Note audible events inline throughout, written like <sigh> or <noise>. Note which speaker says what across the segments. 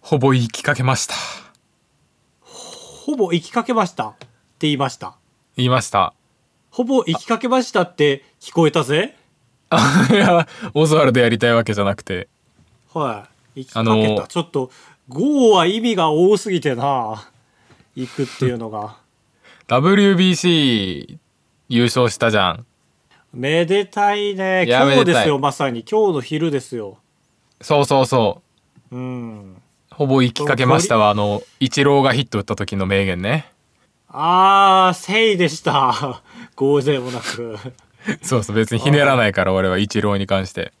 Speaker 1: ほぼ行きかけました。
Speaker 2: ほぼ行きかけましたって言いました。
Speaker 1: 言いました。 <laughs>
Speaker 2: ほぼ行きかけましたって聞こえたぜ。
Speaker 1: あいや、オズワルドやりたいわけじゃなくて。
Speaker 2: はい。行きか
Speaker 1: あ
Speaker 2: けた。
Speaker 1: の
Speaker 2: ちょっと、GO は意味が多すぎてな。行くっていう
Speaker 1: <laughs>
Speaker 2: のが。
Speaker 1: WBC 優勝したじゃん。
Speaker 2: めでたいね。
Speaker 1: いや
Speaker 2: 今日で
Speaker 1: めでた
Speaker 2: すよ、
Speaker 1: い
Speaker 2: まさに。今日の昼ですよ。
Speaker 1: そうそうそう。
Speaker 2: うん。
Speaker 1: ほぼ行きかけましたわ。あの、イチローがヒット打った時の名言ね。 <laughs>
Speaker 2: あー、せいでした。 <laughs> 偶然もなく。
Speaker 1: そうそう、別にひねらないから、俺はイチローに関して。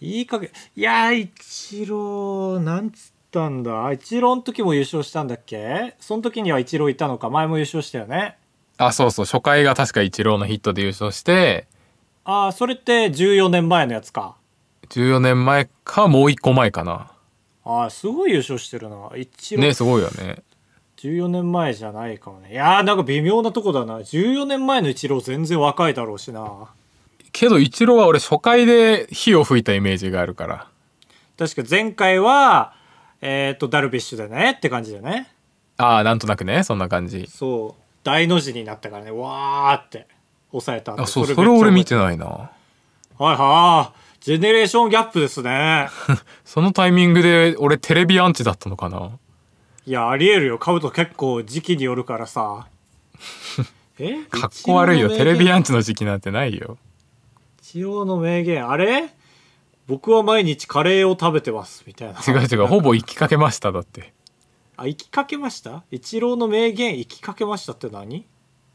Speaker 2: いいかげ、いやー、一郎、なんつったんだ。一郎の時も優勝したんだっけその時には一郎いたのか。前も優勝したよね。
Speaker 1: あ、そうそう、初回が確かイチローのヒットで優勝して、
Speaker 2: あー、それって14年前のやつか。
Speaker 1: 14年前か、もう一個前かな。
Speaker 2: あー、すごい優勝してるな。一郎、
Speaker 1: ね、すごいよね。
Speaker 2: 14年前じゃないかもね。いやー、なんか微妙なとこだな。14年前の一郎全然若いだろうしな。
Speaker 1: けど、イチローは俺初回で火を吹いたイメージがあるから。
Speaker 2: 確か前回は、えっ、と、ダルビッシュでねって感じでね。
Speaker 1: ああ、なんとなくね、そんな感じ。
Speaker 2: そう。大の字になったからね、わーって抑えたんで
Speaker 1: あ、そう、そ
Speaker 2: めっ
Speaker 1: れ
Speaker 2: ちゃ
Speaker 1: 俺見てないな。
Speaker 2: はいはい。ジェネレーションギャップですね。
Speaker 1: そのタイミングで俺テレビアンチだったのかない
Speaker 2: や、ありえるよ。株と結構時期によるから
Speaker 1: <laughs>
Speaker 2: さ。え
Speaker 1: かっこ悪いよ。テレビ
Speaker 2: ン。
Speaker 1: アンチの時期なんてないよ。
Speaker 2: 一応の名言。あれ僕は毎日カレーを食べてます。みたいな。
Speaker 1: 違う違う、ほぼ行きかけました、だって。
Speaker 2: あ、行きかけました一郎の名言、行きかけましたって何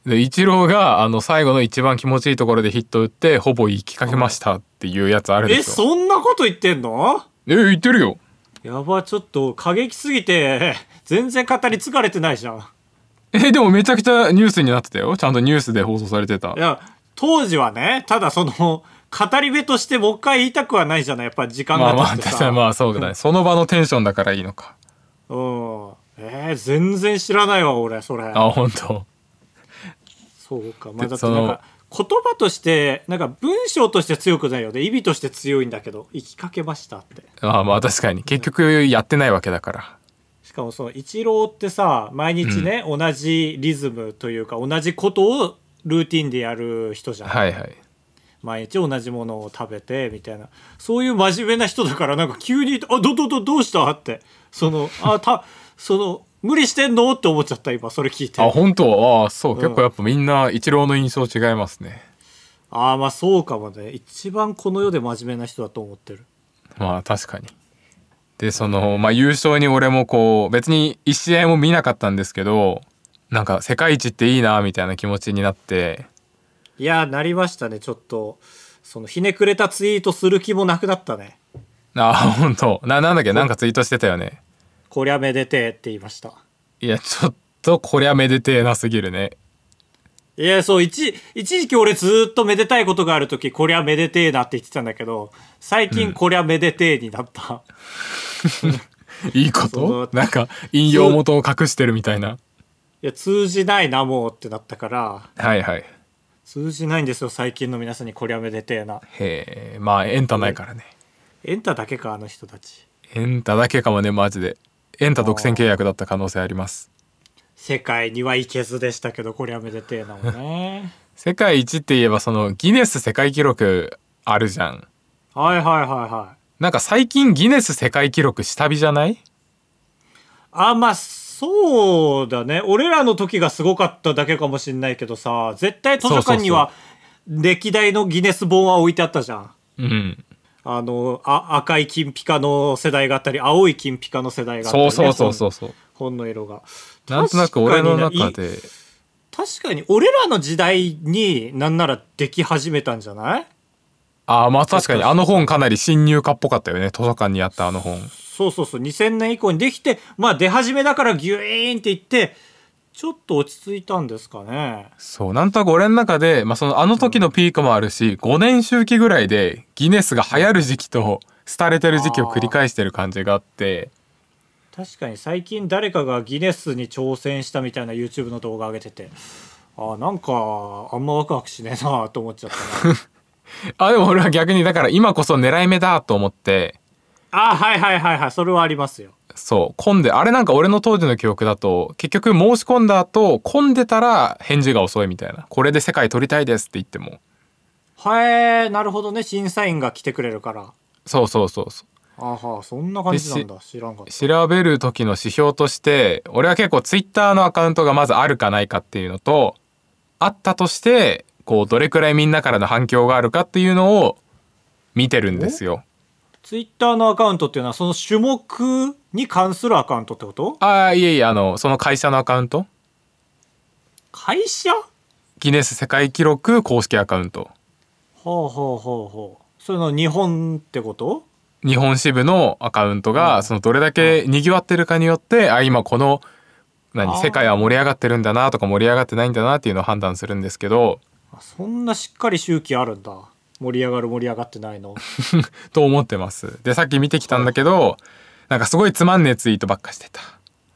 Speaker 1: で、イチローが、あの、最後の一番気持ちいいところでヒット打って、ほぼ行きかけましたっていうやつある
Speaker 2: え、
Speaker 1: でしょ。
Speaker 2: そんなこと言ってんの
Speaker 1: え、言ってるよ。
Speaker 2: やば、ちょっと過激すぎて、全然語り継がれてないじゃん。
Speaker 1: え、でもめちゃくちゃニュースになってたよ。ちゃんとニュースで放送されてた
Speaker 2: い。や、当時はね、ただその、語り部としてもう一回言いたくはないじゃない、やっぱ時間
Speaker 1: まあま
Speaker 2: が経っ
Speaker 1: あ、
Speaker 2: て
Speaker 1: 確
Speaker 2: さ。
Speaker 1: か <laughs> にまあそうだね。その場のテンションだからいいのか。
Speaker 2: うん。えー、全然知らないわ、俺、それ。
Speaker 1: あ、本当。
Speaker 2: そうか。まあ、
Speaker 1: で
Speaker 2: だってなんか、言葉として、なんか文章として強くないよね。意味として強いんだけど、行きかけましたって。
Speaker 1: まあまあ確かに。結局やってないわけだから。
Speaker 2: しかもその、一郎ってさ、毎日ね、同じリズムというか、同じことをルーティンでやる人じゃん。
Speaker 1: はいはい。
Speaker 2: 毎日同じものを食べてみたいなそういう真面目な人だからなんか急に「あどどどどうした?」ってその「あたその無理してんの?」って思っちゃった今それ聞いて
Speaker 1: あ、本当ああ、そう。
Speaker 2: ん
Speaker 1: 結構やっぱみんな、一郎の印象違いますね。
Speaker 2: ああまあそうかもね一番この世で真面目な人だと思ってる
Speaker 1: まあ確かに。で、その、まあ優勝に俺もこう、別に一試合も見なかったんですけど、なんか世界一っていいな、みたいな気持ちになって、
Speaker 2: いやーなりましたねちょっとそのひねくれたツイートする気もなくなったね
Speaker 1: ああ、本当な、なんだっけ、なんかツイートしてたよね。
Speaker 2: 「こりゃめでてえ」って言いました
Speaker 1: いや、ちょっと、こりゃめでてえなすぎるね。
Speaker 2: いやそう一一時期俺ずーっとめでたいことがある時「こりゃめでてえな」って言ってたんだけど最近「こりゃめでてえ」になった、
Speaker 1: いいこ
Speaker 2: そ
Speaker 1: と
Speaker 2: う
Speaker 1: なんか、引用元を隠してるみたいな。
Speaker 2: いや通じないなもうってなったから
Speaker 1: はいはい。
Speaker 2: 通じないんですよ最近の皆さんにこりゃめでてえな
Speaker 1: へえ、まあ、エンタないからね。
Speaker 2: エンタだけかあの人たち
Speaker 1: エンタだけかもね、マジで。エンタ独占契約だった可能性あります。
Speaker 2: 世界には行けずでしたけどこりゃめでてえなもんね
Speaker 1: 世界一って言えば、その、ギネス世界記録あるじゃん。
Speaker 2: はいはいはいはい
Speaker 1: なんか最近ギネス世界記録下火じゃない
Speaker 2: あまあそうだね俺らの時がすごかっただけかもしんないけどさ絶対図書館には歴代のギネス本は置いてあったじゃん
Speaker 1: うん。
Speaker 2: あのあ赤い金ピカの世代があったり青い金ピカの世代があったり
Speaker 1: そ
Speaker 2: ね、
Speaker 1: うそうそうそうそう。
Speaker 2: 本の色が
Speaker 1: なんとなく俺の中で、
Speaker 2: 確かに俺らの時代になんならでき始めたんじゃない
Speaker 1: ああ、まあ確かにあの本かなり新入荷っぽかったよね。図書館にあったあの本。
Speaker 2: そうそうそう2000年以降にできてまあ出始めだからギュイーンっていってちょっと落ち着いたんですかね
Speaker 1: そう、なんとなく俺の中で、まあそのあの時のピークもあるし、5年周期ぐらいでギネスが流行る時期と、廃れてる時期を繰り返してる感じがあって、
Speaker 2: 確かに最近誰かがギネスに挑戦したみたいな YouTube の動画上げててあーなんかあんまワクワクしねえなと思っちゃ <laughs> ったな
Speaker 1: あ、でも俺は逆にだから今こそ狙い目だと思って、
Speaker 2: あーはいはいはいはいそれはありますよ
Speaker 1: そう混んであれなんか俺の当時の記憶だと結局申し込んだ後混んでたら返事が遅いみたいなこれで世界取りたいですって言っても
Speaker 2: はい、なるほどね審査員が来てくれるから
Speaker 1: そうそうそうそう
Speaker 2: あはそんな感じなんだ知らんかった
Speaker 1: 調べる時の指標として俺は結構ツイッターのアカウントがまずあるかないかっていうのとあったとしてこうどれくらいみんなからの反響があるかっていうのを見てるんですよ。
Speaker 2: ツイッターのアカウントっていうのはその種目に関するアカウントってこと
Speaker 1: ああいえいえあのその会社のアカウント
Speaker 2: 会社は
Speaker 1: ギネス世界記録公式アカウント
Speaker 2: あはあはあはあそれの日本ってこと
Speaker 1: 日本支部のアカウント
Speaker 2: う
Speaker 1: が
Speaker 2: ん
Speaker 1: そのどれだけにぎわってるかによってあ今この
Speaker 2: あ
Speaker 1: 何
Speaker 2: ー
Speaker 1: 世界は盛り上がってるんだなとか盛り上がってないんだなっていうのを判断するんですけど
Speaker 2: あそんなしっかり周期あるんだ盛り上がる盛り上がってないの
Speaker 1: と思ってます。でさっき見てきたんだけどなんかすごいつまんねえツイートばっかしてた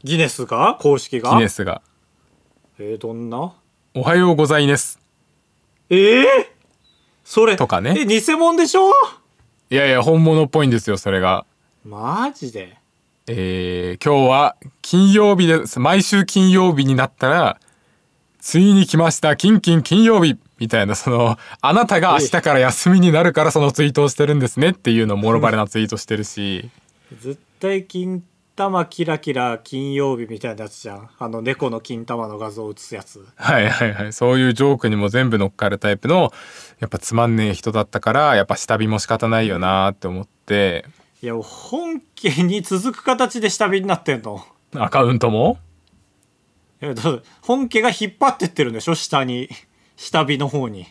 Speaker 2: ギネスが公式が
Speaker 1: ギネスが
Speaker 2: えー、どんな
Speaker 1: 「おはようございます
Speaker 2: ええそれ
Speaker 1: とかね
Speaker 2: え偽物でしょ」
Speaker 1: いやいや本物っぽいんですよそれが。
Speaker 2: マジで
Speaker 1: えー今日は金曜日です毎週金曜日になったらついに来ました金金金曜日みたいなそのあなたが明日から休みになるからそのツイートをしてるんですねっていうのもろバレなツイートしてるし
Speaker 2: 絶対金玉キラキラ金曜日みたいなやつじゃんあの猫の金玉の画像を写すやつ
Speaker 1: はいはいはいそういうジョークにも全部乗っかるタイプのやっぱつまんねえ人だったからやっぱ下火も仕方ないよなって思って
Speaker 2: いや本家に続く形で下火になってんの
Speaker 1: アカウントも
Speaker 2: いやだって本家が引っ張ってってるんでしょ下に下火の方に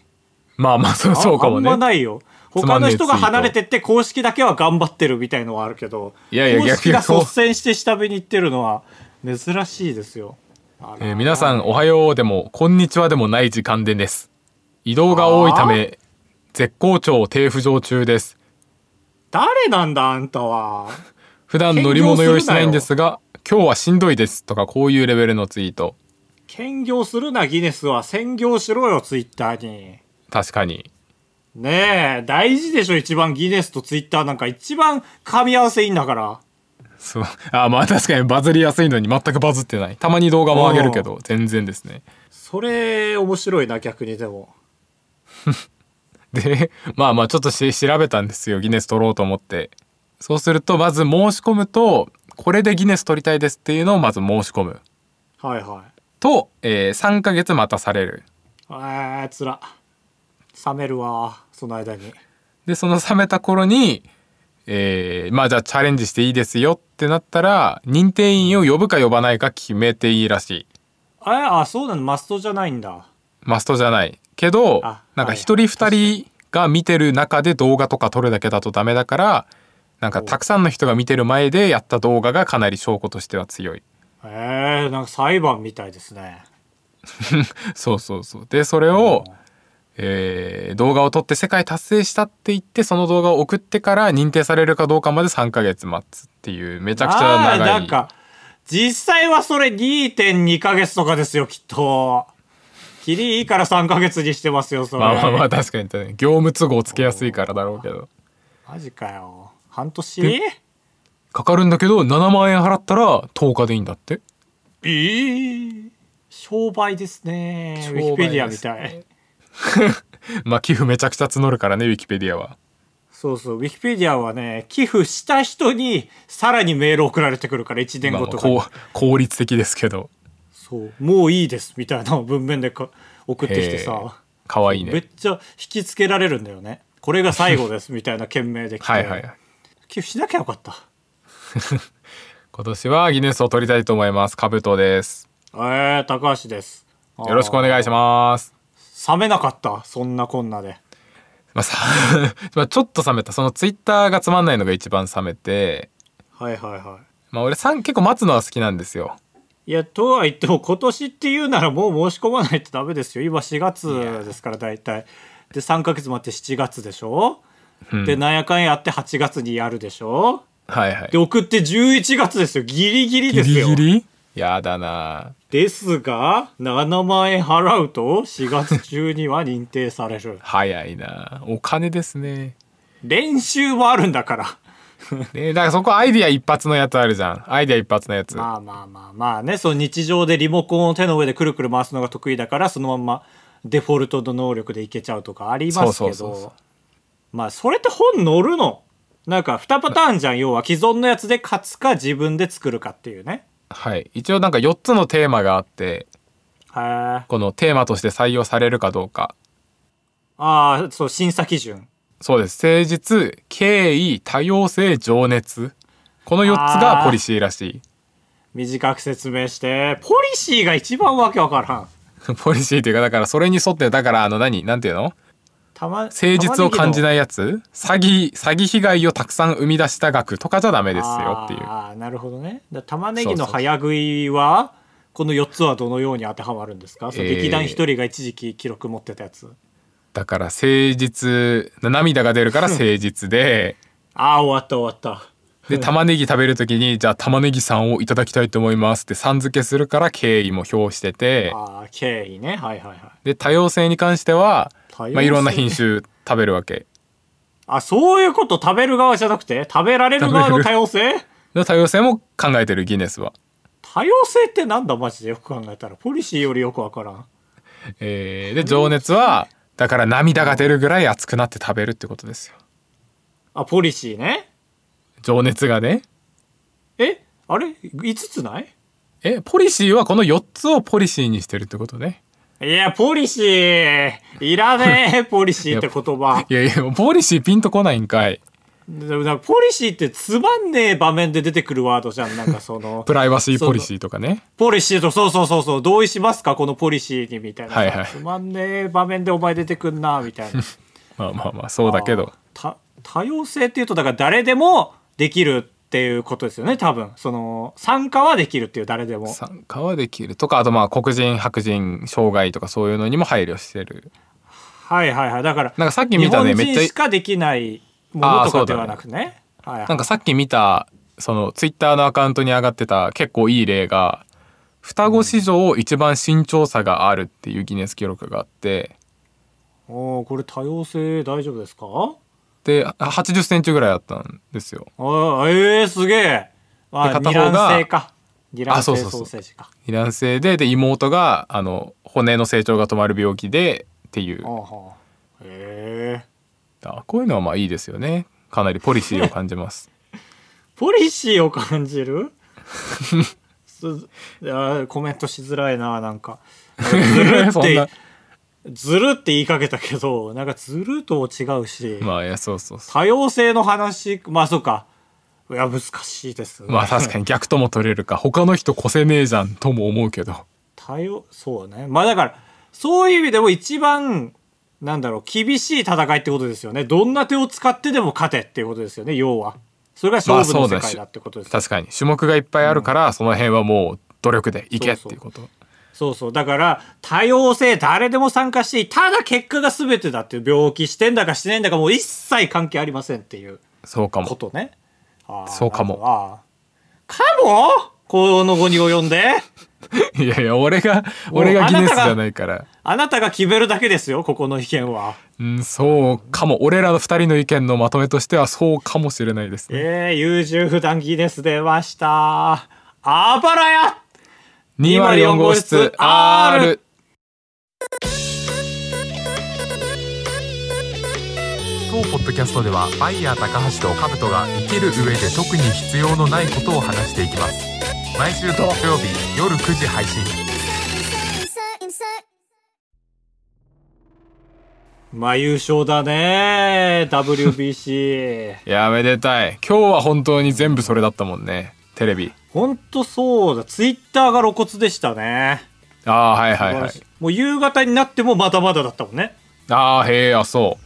Speaker 1: まあまあそう
Speaker 2: あ
Speaker 1: そうかもね
Speaker 2: あんまないよ
Speaker 1: つま
Speaker 2: 他
Speaker 1: んね
Speaker 2: の
Speaker 1: え
Speaker 2: 人
Speaker 1: ツイ
Speaker 2: が
Speaker 1: ート
Speaker 2: 離れてって公式だけは頑張ってるみたいのはあるけど
Speaker 1: いやいや
Speaker 2: 公式が
Speaker 1: 逆にこう
Speaker 2: 率先して下火に行ってるのは珍しいですよ、あら
Speaker 1: えー皆さんおはようでもこんにちはでもない時間でです移動が多いため絶好調低浮上中です
Speaker 2: 誰なんだあんたは
Speaker 1: 普段乗り物用意してないんですが今日はしんどいですとかこういうレベルのツイート
Speaker 2: 兼業するなギネスは専業しろよツイッターに
Speaker 1: 確かに
Speaker 2: ねえ大事でしょ一番ギネスとツイッターなんか一番噛み合わせいいんだから
Speaker 1: そう <laughs> あーまあ確かにバズりやすいのに全くバズってないたまに動画も上げるけど全然ですね
Speaker 2: それ面白いな逆にでも
Speaker 1: でまあまあちょっとし調べたんですよギネス取ろうと思ってそうするとまず申し込むとこれでギネス取りたいですっていうのをまず申し込む
Speaker 2: はいはい
Speaker 1: と、え3ヶ月待たされる
Speaker 2: えー、つら冷めるわその間に
Speaker 1: でその冷めた頃に、えーまあじゃあチャレンジしていいですよってなったら認定員を呼ぶか呼ばないか決めていいらしい
Speaker 2: えあそうなのマストじゃないんだ
Speaker 1: マストじゃないけど
Speaker 2: あ
Speaker 1: なんか
Speaker 2: はい
Speaker 1: 一人二人が見てる中で動画とか撮るだけだとダメだからなんかたくさんの人が見てる前でやった動画がかなり証拠としては強い
Speaker 2: えー、なんか裁判みたいですね
Speaker 1: そうそうそうでそれを、えー動画を撮って世界達成したって言ってその動画を送ってから認定されるかどうかまで3ヶ月待つっていうめちゃくちゃ長
Speaker 2: あ
Speaker 1: い
Speaker 2: ーなんか実際はそれ2.2ヶ月とかですよきっとキリいいから3ヶ月にしてますよそれ、
Speaker 1: まあまあまあ確かに確かに業務都合つけやすいからだろうけど
Speaker 2: マジかよ半年
Speaker 1: かかるんだけど7万円払ったら10日でいいんだって
Speaker 2: えー商売ですね
Speaker 1: 商
Speaker 2: ウ
Speaker 1: 売ですね
Speaker 2: ィキペディアみたい
Speaker 1: <laughs> まあ寄付めちゃくちゃ募るからねウィキペディアは
Speaker 2: そうそうウィキペディアはね寄付した人にさらにメール送られてくるから1年
Speaker 1: まあ
Speaker 2: 後
Speaker 1: まあ
Speaker 2: とかに、
Speaker 1: こう効率的ですけど
Speaker 2: そうもういいですみたいな文面でか送ってきて
Speaker 1: へ
Speaker 2: さ
Speaker 1: かわいい
Speaker 2: めっ
Speaker 1: ね
Speaker 2: ちゃ引きつけられるんだよねこれが最後ですみたいな件名で来て
Speaker 1: はいはいはい
Speaker 2: 寄付しなきゃよかった
Speaker 1: 今年はギネスを取りたいと思いますカブトです
Speaker 2: えー、高橋です
Speaker 1: よろしくお願いし
Speaker 2: ま
Speaker 1: ます
Speaker 2: す冷めなかったそんなこんなで
Speaker 1: まあさ <laughs> まあちょっと冷めたそのツイッターがつまんないのが一番冷めて
Speaker 2: はいはいは
Speaker 1: まあ俺さん結構待つのは好きなんですよ
Speaker 2: いいやとは言っても今年っていうならもう申し込まないとダメですよ今4月ですから大体で3ヶ月待って7月でしょ、でなんやかんやって8月にやるでしょ
Speaker 1: はいはい
Speaker 2: で送って11月ですよギリギリですよ
Speaker 1: リやだな
Speaker 2: ですが7万円払うと4月中には認定される
Speaker 1: 早いなお金ですね
Speaker 2: 練習もあるんだから
Speaker 1: ね、だからそこアイディア一発のやつあるじゃんアイディア一発のやつ、
Speaker 2: まあまあまあまあねその日常でリモコンを手の上でくるくる回すのが得意だからそのまんまデフォルトの能力でいけちゃうとかありますけど
Speaker 1: そうそうそうそう
Speaker 2: まあそれって本乗るのなんか2パターンじゃん要は既存のやつで勝つか自分で作るかっていうね
Speaker 1: はい一応なんか4つのテーマがあって
Speaker 2: へえ
Speaker 1: このテーマとして採用されるかどうか
Speaker 2: ああそう審査基準
Speaker 1: そうです誠実敬意多様性情熱この4つがポリシーらし
Speaker 2: 短く説明してポリシーが一番わけわからん
Speaker 1: い <laughs> ポリシーというかだからそれに沿ってだからあの何なんていうの
Speaker 2: たま
Speaker 1: 誠実を感じ
Speaker 2: い
Speaker 1: ないやつ詐欺詐欺被害をたくさん生み出した額とかじゃダメですよっていう
Speaker 2: ああなるほどねだ玉ねぎ
Speaker 1: そう
Speaker 2: の
Speaker 1: そうそう
Speaker 2: 早食いはこの4つはどのように当てはまるんですか、その
Speaker 1: えー
Speaker 2: 劇団一人が一時期記録持ってたやつ
Speaker 1: だから誠実涙が出るから誠実で
Speaker 2: ああ終わった終わった
Speaker 1: で玉ねぎ食べる時にじゃあ玉ねぎさんをいただきたいと思いますってさん付けするから敬意も表してて
Speaker 2: ああ経緯ねはいはいはい
Speaker 1: で多様性に関しては、
Speaker 2: 多様性
Speaker 1: まあ、いろんな品種食べるわけ。
Speaker 2: あそういうこと食べる側じゃなくて食べられる側の多様性
Speaker 1: の多様性も考えてるギネスは。
Speaker 2: 多様性ってなんだマジでよく考えたらポリシーよりよくわからん
Speaker 1: えーで情熱はだから涙が出るぐらい熱くなって食べるってことですよ。
Speaker 2: あポリシーね
Speaker 1: 情熱がね。
Speaker 2: えあれ5つない
Speaker 1: えポリシーはこの4つをポリシーにしてるってことね。
Speaker 2: いやポリシーいらね
Speaker 1: <laughs>
Speaker 2: えポリシーって言葉
Speaker 1: いやいやポリシーピンとこないんかい。
Speaker 2: でもなんかポリシーってつまんねえ場面で出てくるワードじゃんなんか
Speaker 1: <laughs>
Speaker 2: その
Speaker 1: プライバシーポリシーとかね。
Speaker 2: ポリシーとそうそうそうそう同意しますかこのポリシーにみたいな、
Speaker 1: はいはい
Speaker 2: つまんねえ場面でお前出てくんなみ
Speaker 1: <laughs>
Speaker 2: たいな
Speaker 1: まあまあまあそうだけど。
Speaker 2: た多様性っていうとだから誰でもできるっていうことですよね多分その参加はできるっていう誰でも
Speaker 1: 参加はできるとかあとまあ黒人白人障害とかそういうのにも配慮してる
Speaker 2: はいはいはいだから
Speaker 1: なんかさっき見たね
Speaker 2: 日
Speaker 1: めっ
Speaker 2: 本
Speaker 1: ちゃ
Speaker 2: 人しかできないもの
Speaker 1: あー
Speaker 2: と
Speaker 1: そ
Speaker 2: か
Speaker 1: う
Speaker 2: で
Speaker 1: だね
Speaker 2: はなくねはいはい
Speaker 1: なんかさっき見たそのツイッターのアカウントに上がってた結構いい例が双子史上一番身長差があるっていうギネス記録があって
Speaker 2: おーこれ多様性大丈夫ですか
Speaker 1: で8 0センチぐらいあったんですよ
Speaker 2: ああえー、すげえあ
Speaker 1: で片
Speaker 2: 二
Speaker 1: 方が
Speaker 2: 卵性か二卵
Speaker 1: あそ
Speaker 2: 性
Speaker 1: う
Speaker 2: ソ
Speaker 1: そうそう
Speaker 2: ーセージか
Speaker 1: 二卵性でで妹があの骨の成長が止まる病気でっていう
Speaker 2: ああはあへえ
Speaker 1: あこういうのはまあいいですよねかなりポリシーを感じます
Speaker 2: <laughs> ポリシーを感
Speaker 1: <laughs>
Speaker 2: じるすあーコメントしづらいななんかずるっ
Speaker 1: そんな
Speaker 2: てずるって言いかけたけどなんかずるとも違うし、
Speaker 1: まあいやそうそうそ
Speaker 2: 多様性の話まあそうかいや難しいです、
Speaker 1: うまあ確かに逆とも取れるか他の人越せねえじゃんとも思うけど
Speaker 2: 多様そうねまあだからそういう意味でも一番なんだろう厳しい戦いってことですよねどんな手を使ってでも勝てっていうことですよね要はそれが勝負
Speaker 1: ま
Speaker 2: の
Speaker 1: あそう
Speaker 2: 世
Speaker 1: だし
Speaker 2: 界だってことです、
Speaker 1: 確かに種目がいっぱいあるから、その辺はもう努力でいけっていうこと
Speaker 2: そうそうだから多様性誰でも参加していいただ結果が全てだっていう病気してんだかしてないんだかもう一切関係ありませんっていう
Speaker 1: そうか
Speaker 2: こ
Speaker 1: も
Speaker 2: とねあー
Speaker 1: そうかも
Speaker 2: なるほどあーかもこの後に及んで
Speaker 1: いやいや俺が
Speaker 2: もう
Speaker 1: 俺がギネス
Speaker 2: あなた
Speaker 1: じ
Speaker 2: が
Speaker 1: ゃないから
Speaker 2: あなたが決めるだけですよここの意見は。
Speaker 1: うんそうかも俺らの二人の意見のまとめとしてはそうかもしれないですね
Speaker 2: えー、優柔不断ギネス出ました。あばらや
Speaker 1: 204号室 R 当ポッドキャストではバイヤー高橋とカブトが生きる上で特に必要のないことを話していきます毎週土曜日夜9時配信
Speaker 3: insert, insert.
Speaker 2: まあ優勝だね
Speaker 1: <laughs>
Speaker 2: WBC
Speaker 1: いやめでたい今日は本当に全部それだったもんねテレビ
Speaker 2: ほんとそうだツイッターが露骨でしたね
Speaker 1: ああーはいはいはい
Speaker 2: 素晴らしもう夕方になってもまだまだだったもんね
Speaker 1: ああへえあそ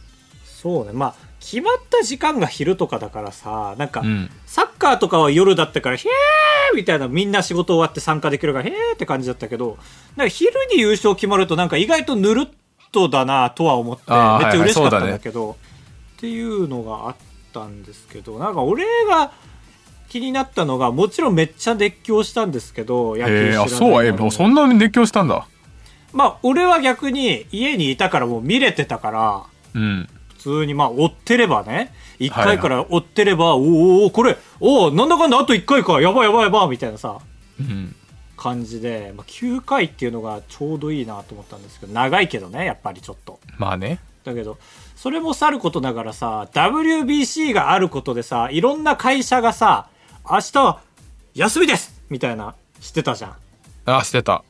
Speaker 2: そうねまあ決まった時間が昼とかだからさなんか、
Speaker 1: ううん
Speaker 2: サッカーとかは夜だったから、へーみたいな、みんな仕事終わって参加できるから、へーって感じだったけど、なんか昼に優勝決まると、なんか意外とぬるっとだなとは思って、め
Speaker 1: あー
Speaker 2: っちゃ
Speaker 1: はいはい
Speaker 2: 嬉しかったん
Speaker 1: そうだ
Speaker 2: だ
Speaker 1: ね
Speaker 2: けど、っていうのがあったんですけど、なんか俺が気になったのが、もちろんめっちゃ熱狂したんですけど、
Speaker 1: へ
Speaker 2: 野球知
Speaker 1: え
Speaker 2: らない
Speaker 1: あそうえ
Speaker 2: のに
Speaker 1: そんなに熱狂したんだ
Speaker 2: まあ、俺は逆に家にいたからもう見れてたから、
Speaker 1: うん
Speaker 2: 通にまあ追ってればね1
Speaker 1: はいは
Speaker 2: 回
Speaker 1: い
Speaker 2: から追ってれば、おーおーこれおーなんだかんだあと1回かやばいやばいやばいみたいなさ
Speaker 1: うん
Speaker 2: 感じで、まあ、9回っていうのがちょうどいいなと思ったんですけど長いけどねやっぱりちょっと。
Speaker 1: まあね
Speaker 2: だけどそれもさることながらさ WBC があることでさいろんな会社がさ明日は休みですみたいなしてたじゃん。
Speaker 1: あしてた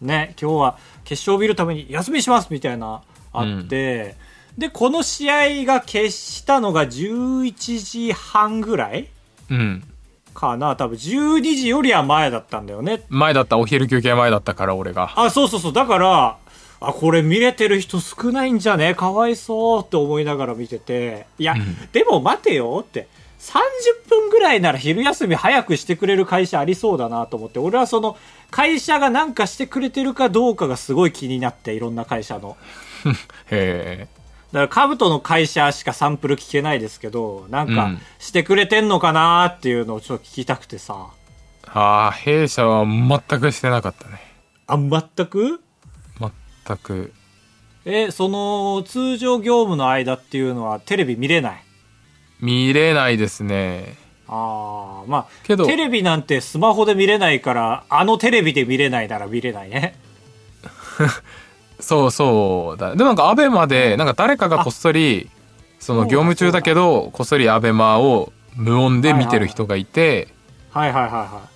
Speaker 2: ね、今日は決勝を見るために休みしますみたいなあって、でこの試合が決したのが11時半ぐらい
Speaker 1: うん
Speaker 2: かな多分12時よりは前だったんだよね
Speaker 1: 前だったお昼休憩前だったから俺が
Speaker 2: あそうそうそうだからあこれ見れてる人少ないんじゃねかわいそうって思いながら見てていや、でも待てよって30分ぐらいなら昼休み早くしてくれる会社ありそうだなと思って俺はその会社が何かしてくれてるかどうかがすごい気になっていろんな会社の
Speaker 1: へえ
Speaker 2: だからカブトの会社しかサンプル聞けないですけどなん
Speaker 1: う
Speaker 2: か
Speaker 1: ん
Speaker 2: してくれてんのかなっていうのをちょっと聞きたくてさ
Speaker 1: ああ弊社は全くしてなかったね
Speaker 2: あ全く
Speaker 1: 全く
Speaker 2: えその通常業務の間っていうのはテレビ見れない
Speaker 1: 見れないですね
Speaker 2: ああまあ
Speaker 1: けど
Speaker 2: テレビなんてスマホで見れないからあのテレビで見れないなら見れないね
Speaker 1: そうそうだでもなんかアベマでなんか誰かがこっそりその業務中だけどこっそりアベマを無音で見てる人がいて
Speaker 2: はいはいはいは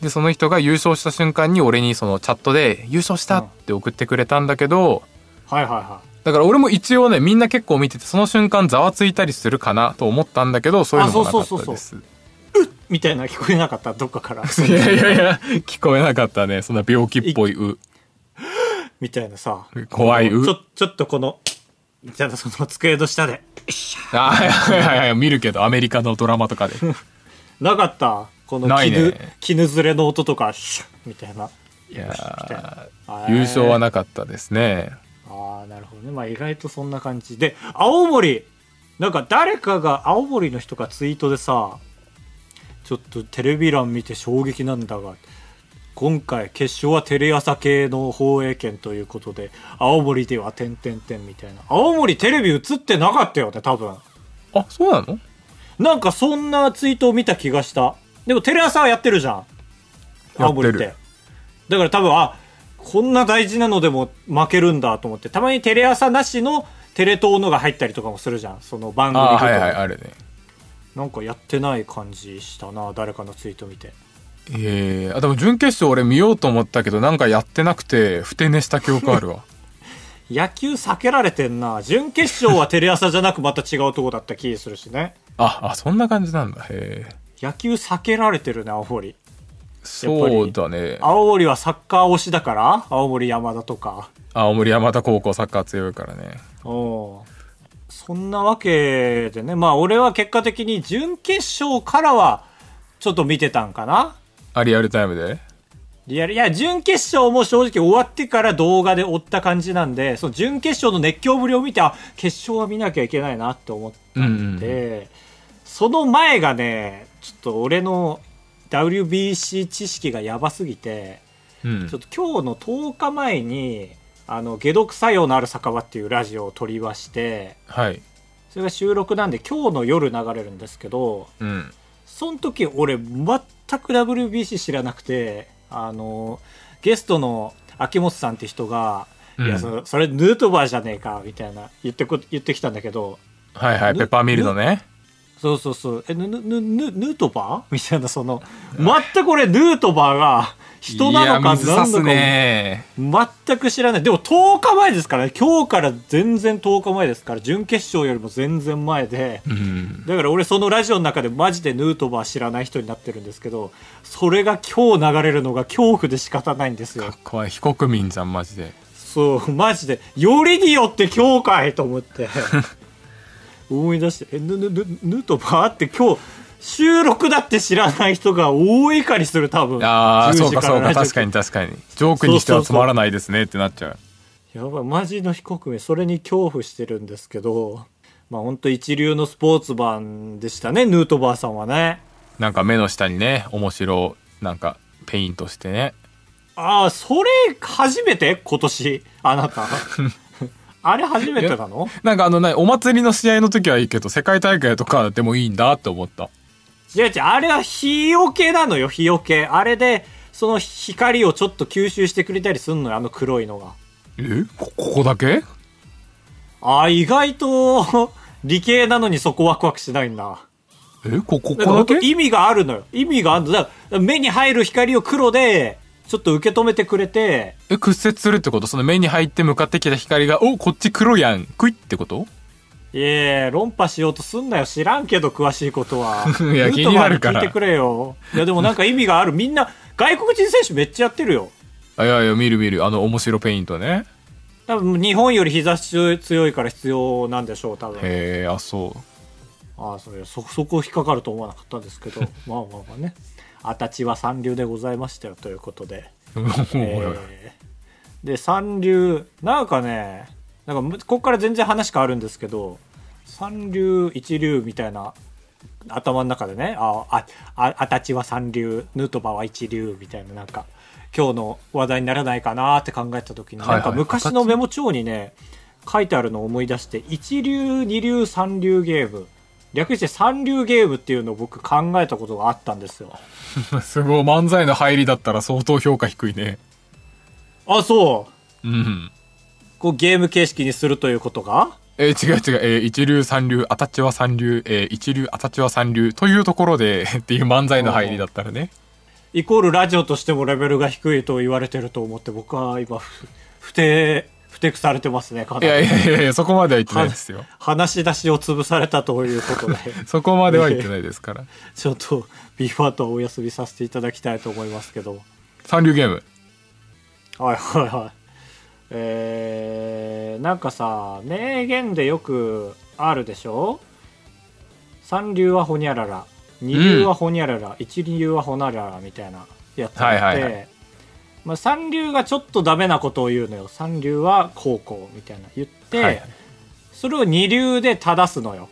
Speaker 1: でその人が優勝した瞬間に俺にそのチャットで「優勝した!」って送ってくれたんだけど
Speaker 2: いはいはいは
Speaker 1: だから俺も一応ねみんな結構見ててその瞬間ざわついたりするかなと思ったんだけどそういうのもなか
Speaker 2: あそう
Speaker 1: っ
Speaker 2: そう
Speaker 1: た
Speaker 2: そう
Speaker 1: で
Speaker 2: そ
Speaker 1: す。
Speaker 2: いみたいな聞こえなかったどっかから
Speaker 1: <laughs> いやいやいや聞こえなかったねそんな病気っぽいう
Speaker 2: みたいなさ
Speaker 1: 怖い
Speaker 2: ちょ
Speaker 1: う
Speaker 2: ちょっとこのみたいなその机の下で
Speaker 1: あはいはいはい見るけどアメリカのドラマとかで
Speaker 2: なかったこの
Speaker 1: ない
Speaker 2: 絹,、
Speaker 1: ね
Speaker 2: 絹ずれの音とかシュッみたいない
Speaker 1: やー
Speaker 2: あー
Speaker 1: 優勝はなかったですね
Speaker 2: ああなるほどねまあ意外とそんな感じで青森なんか誰かが青森の人がツイートでさちょっとテレビ欄見て衝撃なんだが今回決勝はテレ朝系の放映権ということで青森では「てんてんてん」みたいな青森テレビ映ってなかったよね多分
Speaker 1: あそうなの
Speaker 2: なんかそんなツイートを見た気がしたでもテレ朝はやってるじゃん
Speaker 1: る
Speaker 2: 青森ってだから多分あこんな大事なのでも負けるんだと思ってたまにテレ朝なしのテレ東のが入ったりとかもするじゃんその番組
Speaker 1: あ
Speaker 2: ごと
Speaker 1: ー
Speaker 2: に
Speaker 1: はいはいあるね
Speaker 2: なんかやってない感じしたな誰かのツイート見て
Speaker 1: えー、あでも準決勝俺見ようと思ったけどなんかやってなくてふて寝した記憶ある
Speaker 2: <laughs>
Speaker 1: わ
Speaker 2: 野球避けられてんな準決勝はテレ朝じゃなくまた違うとこだった気するしね
Speaker 1: ああそんな感じなんだへえ
Speaker 2: 野球避けられてるね青森
Speaker 1: そうだね
Speaker 2: 青森はサッカー推しだから青森山田とか
Speaker 1: 青森山田高校サッカー強いからね
Speaker 2: おうそんなわけでねまあ俺は結果的に準決勝からはちょっと見てたんかな
Speaker 1: あリアルタイムで
Speaker 2: リアルいや準決勝も正直終わってから動画で追った感じなんでその準決勝の熱狂ぶりを見てあ決勝は見なきゃいけないなって思って
Speaker 1: うんうん
Speaker 2: でその前がねちょっと俺の WBC 知識がやばすぎて
Speaker 1: うん
Speaker 2: ちょっと今日の10日前にあの解毒作用のある酒場っていうラジオを撮りまして
Speaker 1: はい
Speaker 2: それが収録なんで今日の夜流れるんですけど
Speaker 1: うん
Speaker 2: その時俺全く WBC 知らなくてあのゲストの秋元さんって人が「
Speaker 1: うん
Speaker 2: いやそそれヌートバーじゃねえか」みたいな言ってこ言ってきたんだけど
Speaker 1: はいはい
Speaker 2: ぬ
Speaker 1: ペッパーミルのね
Speaker 2: そうそうそう「えヌヌヌヌヌートバー?」みたいなその全く俺ヌートバーが人なの
Speaker 1: いや
Speaker 2: か
Speaker 1: 水差
Speaker 2: 何
Speaker 1: す
Speaker 2: のかも
Speaker 1: ね
Speaker 2: 全く知らないでも10日前ですからね今日から全然10日前ですから準決勝よりも全然前で。
Speaker 1: うん
Speaker 2: だから俺そのラジオの中でマジでヌートバー知らない人になってるんですけどそれが今日流れるのが恐怖で仕方ないんですよ
Speaker 1: 怖い非国民じゃんマジで
Speaker 2: そうマジでよりによって今日かいと思って
Speaker 1: <laughs>
Speaker 2: 思い出してえヌヌヌヌートバーって今日収録だって知らない人が大怒りする多分
Speaker 1: ああそうかそうか確か
Speaker 2: に
Speaker 1: に確かにジョークにしてはつまらないですねってなっちゃう
Speaker 2: やばいマジの被告名それに恐怖してるんですけどまあ本当一流のスポーツマンでしたねヌートバーさんはね
Speaker 1: なんか目の下にね面白なんかペイントしてね
Speaker 2: ああ、それ、初めて今年、あなた。あれ初めてなの
Speaker 1: なんかあのね、お祭りの試合の時はいいけど、世界大会とかでもいいんだって思った。
Speaker 2: 違う違う、あれは日よけなのよ、日よけ。あれで、その光をちょっと吸収してくれたりすんのよ、あの黒いのが。
Speaker 1: えこここだけ
Speaker 2: あー意外と <laughs> 理系なのにそこワクワクしないんだ。
Speaker 1: えこここ
Speaker 2: なんか
Speaker 1: だけ
Speaker 2: 意味があるのよ。意味があるの。だから目に入る光を黒で、ちょっと受け止めてくれて、
Speaker 1: え、屈折するってことその目に入って向かってきた光が、おこっち黒やん、クイってこと。
Speaker 2: いえ、論破しようとすんなよ。知らんけど、詳しいことは
Speaker 1: <laughs> いや
Speaker 2: ヌートバー
Speaker 1: 気になるから
Speaker 2: 聞いてくれよ。いや、でもなんか意味がある。みんな、外国人選手めっちゃやってるよ。
Speaker 1: あ、いやいや、見る見る。あの、面白ペイントね。
Speaker 2: 多分、日本より日差し強いから必要なんでしょう、多分。
Speaker 1: へえ、あ、そう。
Speaker 2: ああそれそそこ引っかかると思わなかったんですけどまあまあまあねあたちは三流でございましたよということで、
Speaker 1: <laughs>
Speaker 2: えーで三流なんかねなんかむここから全然話変わるんですけど三流一流みたいな頭の中でねああああたちは三流ヌートバーは一流みたいななんか今日の話題にならないかなって考えた時に、
Speaker 1: はいはい
Speaker 2: なんか昔のメモ帳にね書いてあるのを思い出して一流二流三流ゲーム略して三流ゲームっていうのを僕考えたことがあったんですよ
Speaker 1: すごい、漫才の入りだったら相当評価低いね。
Speaker 2: あそう
Speaker 1: うん。
Speaker 2: こうゲーム形式にするということが
Speaker 1: えー違う違う、えー一流三流、アタッチは三流、えー一流、アタッチは三流というところで <laughs> っていう漫才の入りだったらね。
Speaker 2: イコールラジオとしてもレベルが低いと言われてると思って僕は今ふ不定不てくされてますねかないり
Speaker 1: やいやいやいや、そこまでは言ってないですよ。
Speaker 2: 話し出しを潰されたということで
Speaker 1: そこまでは言ってないですから。
Speaker 2: ちょっとビファーとはお休みさせていただきたいと思いますけど
Speaker 1: 三流ゲーム。
Speaker 2: はいはいはいえー、なんかさ名言でよくあるでしょ三流はほにゃらら二流はほにゃらら、一流はほなららみたいなやつがあって、
Speaker 1: はいはいは
Speaker 2: まあ、三流がちょっとダメなことを言うのよ三流はこうこうみたいな言って、
Speaker 1: はい
Speaker 2: それを二流で正すのよ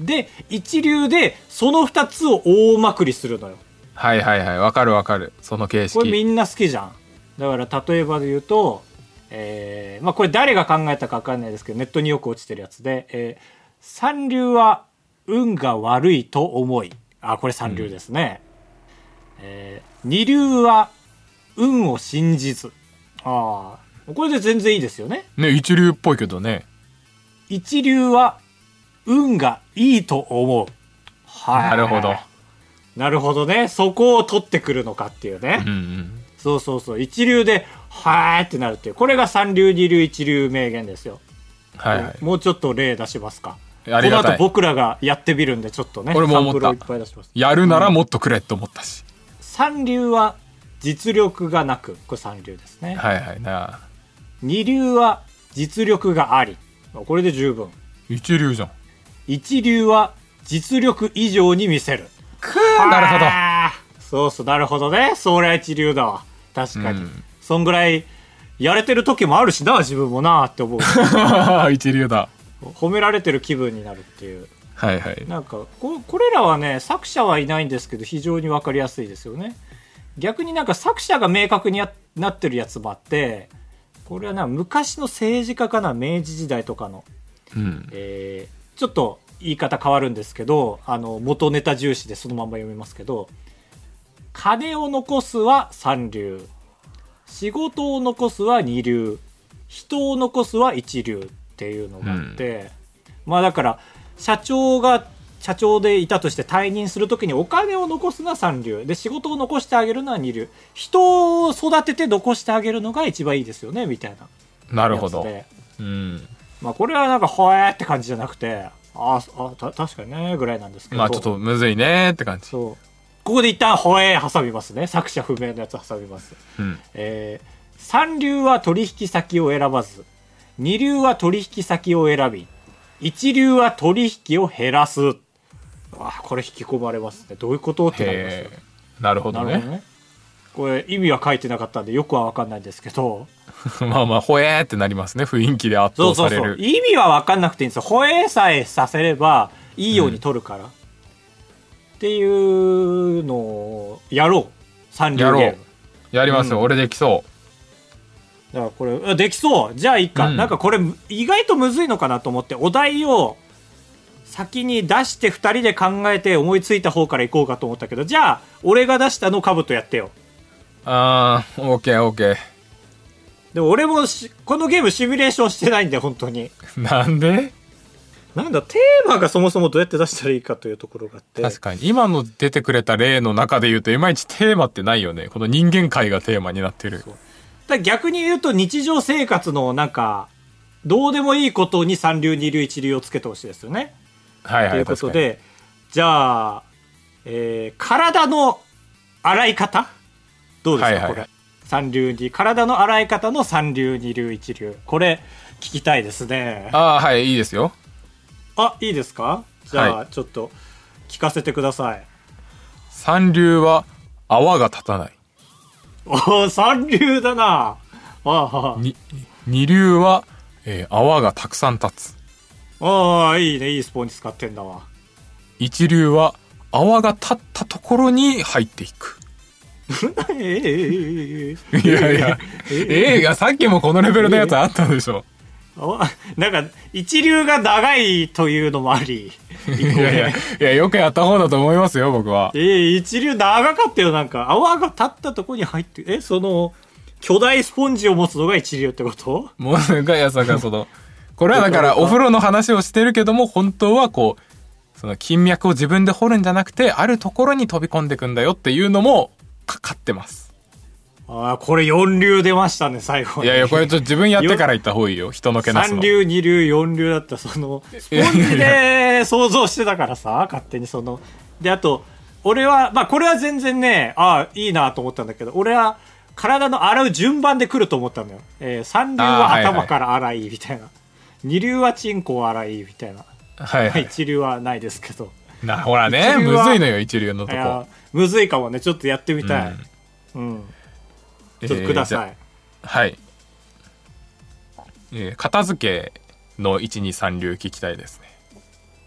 Speaker 2: で一流でその二つを大まくりするのよ
Speaker 1: はいはいはい、わかるわかる。その形
Speaker 2: これみ
Speaker 1: 式。
Speaker 2: んな好きじゃんだから例えばで言うと、えーまあ、これ誰が考えたか分かんないですけどネットによく落ちてるやつで「えー三流は運が悪いと思い」あこれ三流ですね、えー二流は運を信じずああこれで全然いいですよね
Speaker 1: ね、一流っぽいけどね。
Speaker 2: 一流は運がいいと思うはい
Speaker 1: なるほど。
Speaker 2: なるほどねそこを取ってくるのかっていうね、
Speaker 1: うんうん。
Speaker 2: そうそうそう一流で「はーってなるっていうこれが三流二流一流名言ですよ、
Speaker 1: はいはい。
Speaker 2: もうちょっと例出しますか
Speaker 1: ありがたい
Speaker 2: この後僕らがやってみるんでちょっとね
Speaker 1: 俺も思った
Speaker 2: サンプルをいっぱい出します
Speaker 1: やるならもっとくれと思ったし。
Speaker 2: 三流は実力がなくこれ三流ですね、
Speaker 1: はいはいなあ。
Speaker 2: 二流は実力がありこれで十分
Speaker 1: 一流じゃん。
Speaker 2: 一流は実力以上に見せる
Speaker 1: なるほど。
Speaker 2: どそうそうなるほどねそりゃ一流だわ確かに、
Speaker 1: うん
Speaker 2: そんぐらいやれてる時もあるしな自分もなって思う
Speaker 1: 一流だ。
Speaker 2: 褒められてる気分になるっていう
Speaker 1: はいはい。
Speaker 2: なんかここれらはね作者はいないんですけど非常に分かりやすいですよね逆になんか作者が明確にやなってるやつもあってこれはな昔の政治家かな明治時代とかの、
Speaker 1: うん。
Speaker 2: えーちょっと言い方変わるんですけどあの元ネタ重視でそのまんま読みますけど「金を残すは三流」「仕事を残すは二流」「人を残すは一流」っていうのがあって、まあだから社長が社長でいたとして退任するときにお金を残すのは三流で仕事を残してあげるのは二流人を育てて残してあげるのが一番いいですよねみたいな
Speaker 1: なる
Speaker 2: や
Speaker 1: ほ
Speaker 2: つ
Speaker 1: ど。
Speaker 2: で。
Speaker 1: うん。
Speaker 2: まあこれはなんか「ほえ」って感じじゃなくて「あーあた確かにね」ぐらいなんですけど
Speaker 1: まあちょっとむずいねって感じ。
Speaker 2: そうここで一旦「ほえ」挟みますね作者不明のやつ挟みます
Speaker 1: うん。
Speaker 2: えー三流は取引先を選ばず二流は取引先を選び一流は取引を減らすわあこれ引き込まれますねどういうことってなりますよ
Speaker 1: へえ。なるほ
Speaker 2: な
Speaker 1: ど
Speaker 2: るほど
Speaker 1: ね。
Speaker 2: ねこれ意味は書いてなかったんでよくは分かんないんですけど
Speaker 1: <laughs> まあまあ、ほえーってなりますね。雰囲気で圧
Speaker 2: そう
Speaker 1: 倒
Speaker 2: そ
Speaker 1: さ
Speaker 2: う
Speaker 1: れ
Speaker 2: そう
Speaker 1: る。
Speaker 2: 意味は分かんなくていいんですよ保衛さえさせればいいように取るから、っていうのをやろう三流ゲ
Speaker 1: やろ
Speaker 2: ー
Speaker 1: う
Speaker 2: ム。
Speaker 1: やりますよ。
Speaker 2: うん
Speaker 1: 俺できそ
Speaker 2: だからこれあできそうじゃあいいか、
Speaker 1: うん
Speaker 2: なんかこれ意外とむずいのかなと思ってお題を先に出して2人で考えて思いついた方からいこうかと思ったけどじゃあ俺が出したのかぶとやってよ
Speaker 1: あー、オッケーオッケ
Speaker 2: でも俺もしこのゲームシミュレーションしてないんで本当
Speaker 1: ー。
Speaker 2: に
Speaker 1: <laughs> なんで
Speaker 2: なんだテーマがそもそもどうやって出したらいいかというところがあって
Speaker 1: 確かに。今の出てくれた例の中で言うと、いまいちテーマってないよね。この人間界がテーマになってる。
Speaker 2: だから逆に言うと日常生活のなんかどうでもいいことに三流二流一流をつけてほしいですよね。
Speaker 1: はいはい。
Speaker 2: ということでじゃあ、えー体の洗い方どうですか、
Speaker 1: はいはい
Speaker 2: これ三流二体の洗い方の三流二流一流これ聞きたいですね
Speaker 1: 確かに。
Speaker 2: あ
Speaker 1: ああ、はい、いいですよ。
Speaker 2: いいですかじゃあ、
Speaker 1: は
Speaker 2: ちょっと聞かせてください <laughs>
Speaker 1: 三流は泡が立たない。
Speaker 2: おお三流だなああ
Speaker 1: に二流は、えー泡がたくさん立つ。
Speaker 2: ああいいねいいスポンジ使ってんだわ <laughs>
Speaker 1: 一流は泡が立ったところに入っていく。
Speaker 2: えええええ
Speaker 1: <laughs>
Speaker 2: え
Speaker 1: いやいや、映画さっきもこのレベルのやつあったでしょ。
Speaker 2: あ <laughs> なんか一流が長いというのもあり
Speaker 1: いやいや、いや、よくやった方だと思いますよ、僕は。
Speaker 2: ええ一流長かったよなんか泡が立ったとこに入ってえその巨大スポンジを持つのが一流ってこと
Speaker 1: もうなんかやさんがその、これはだ <laughs> からお風呂の話をしてるけども、本当はこう、その筋脈を自分で掘るんじゃなくて、あるところに飛び込んでくんだよっていうのも、かかってます。
Speaker 2: ああこれ四流出ましたね最後
Speaker 1: い
Speaker 2: に
Speaker 1: やいや、 <laughs> これちょっと自分やってから行った方がいいよ。人のけなす
Speaker 2: 三
Speaker 1: の。
Speaker 2: 流二流四流だったそのスポンジで想像してたか
Speaker 1: <laughs>
Speaker 2: らさ勝手にそのであと俺はまあこれは全然ねああいいなと思ったんだけど俺は体の洗う順番で来ると思ったのよ、えー、三流
Speaker 1: あ
Speaker 2: は
Speaker 1: あはいはい
Speaker 2: 頭から洗いみたいな、二流はチンコを洗いみたいな、
Speaker 1: はいはい。
Speaker 2: 一流はないですけど
Speaker 1: な、ほらね、
Speaker 2: 一流
Speaker 1: む
Speaker 2: は
Speaker 1: ずいのよ、一流のと
Speaker 2: い
Speaker 1: こ。
Speaker 2: やむずいかもねちょっとやってみたい、うん
Speaker 1: えー
Speaker 2: ちょっとくださ
Speaker 1: じ
Speaker 2: い、
Speaker 1: ゃはい。えー片付けの1、2、3流聞きたいですね。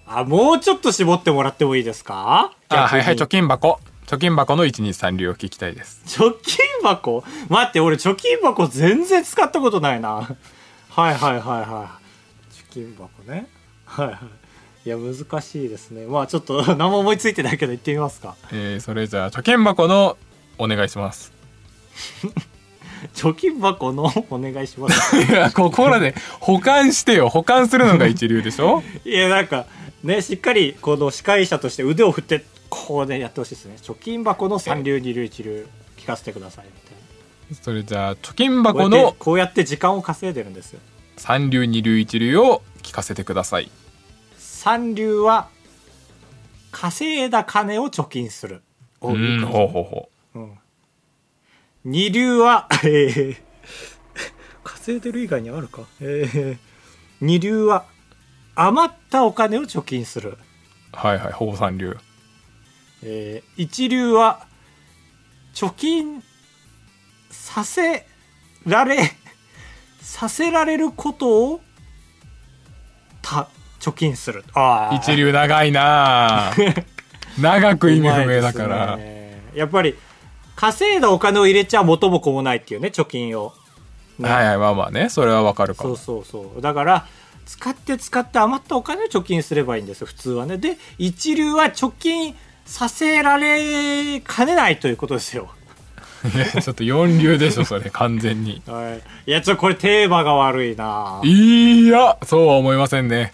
Speaker 2: あもうちょっと絞ってもらってもいいですか
Speaker 1: あ、はいはい、
Speaker 2: 逆に
Speaker 1: 貯金箱。貯金箱の1、2、3流を聞きたいです。
Speaker 2: 貯金箱待って俺貯金箱全然使ったことないなはいはいはいはい貯金箱ねはいはいいや難しいですねまあちょっと何も思いついてないけど行ってみますか
Speaker 1: えーそれじゃあ貯金箱のお願いします。
Speaker 2: 貯金箱のお願いします <laughs>
Speaker 1: いやここらで保管してよ保管するのが一流でしょ
Speaker 2: いやなんかねしっかりこの司会者として腕を振ってこうねやってほしいですね貯金箱の三流二流一流聞かせてくださいみたい
Speaker 1: <laughs>
Speaker 2: な
Speaker 1: それじゃあ貯金
Speaker 2: こうや
Speaker 1: 箱
Speaker 2: って
Speaker 1: の
Speaker 2: こうやって時間を稼いでるんですよ
Speaker 1: 三流二流一流を聞かせてください。
Speaker 2: 三流は稼いだ金を貯金するを
Speaker 1: う
Speaker 2: いい
Speaker 1: ん
Speaker 2: かも
Speaker 1: ほうほうほ
Speaker 2: 二流は、 <laughs> えー、稼いでる以外にあるか、えー、二流は余ったお金を貯金する、
Speaker 1: うはいはいほぼ三流
Speaker 2: えー、一流は貯金させられさせられることをた貯金するあー
Speaker 1: 一流長い <laughs> なあ長く意味不明だか
Speaker 2: うまい
Speaker 1: ら、
Speaker 2: ですねやっぱり稼いだお金を入れちゃ元も子もないっていうね貯金をね
Speaker 1: はいはいまあまあねそれはわかるか
Speaker 2: そ
Speaker 1: も
Speaker 2: うそうそうだから使って使って余ったお金を貯金すればいいんですよ普通はねで一流は貯金させられかねないということですよ
Speaker 1: いや <laughs> ちょっと四流でしょそれ完全に
Speaker 2: はいいやちょっとこれテーマが悪いない
Speaker 1: やそうは思いませんね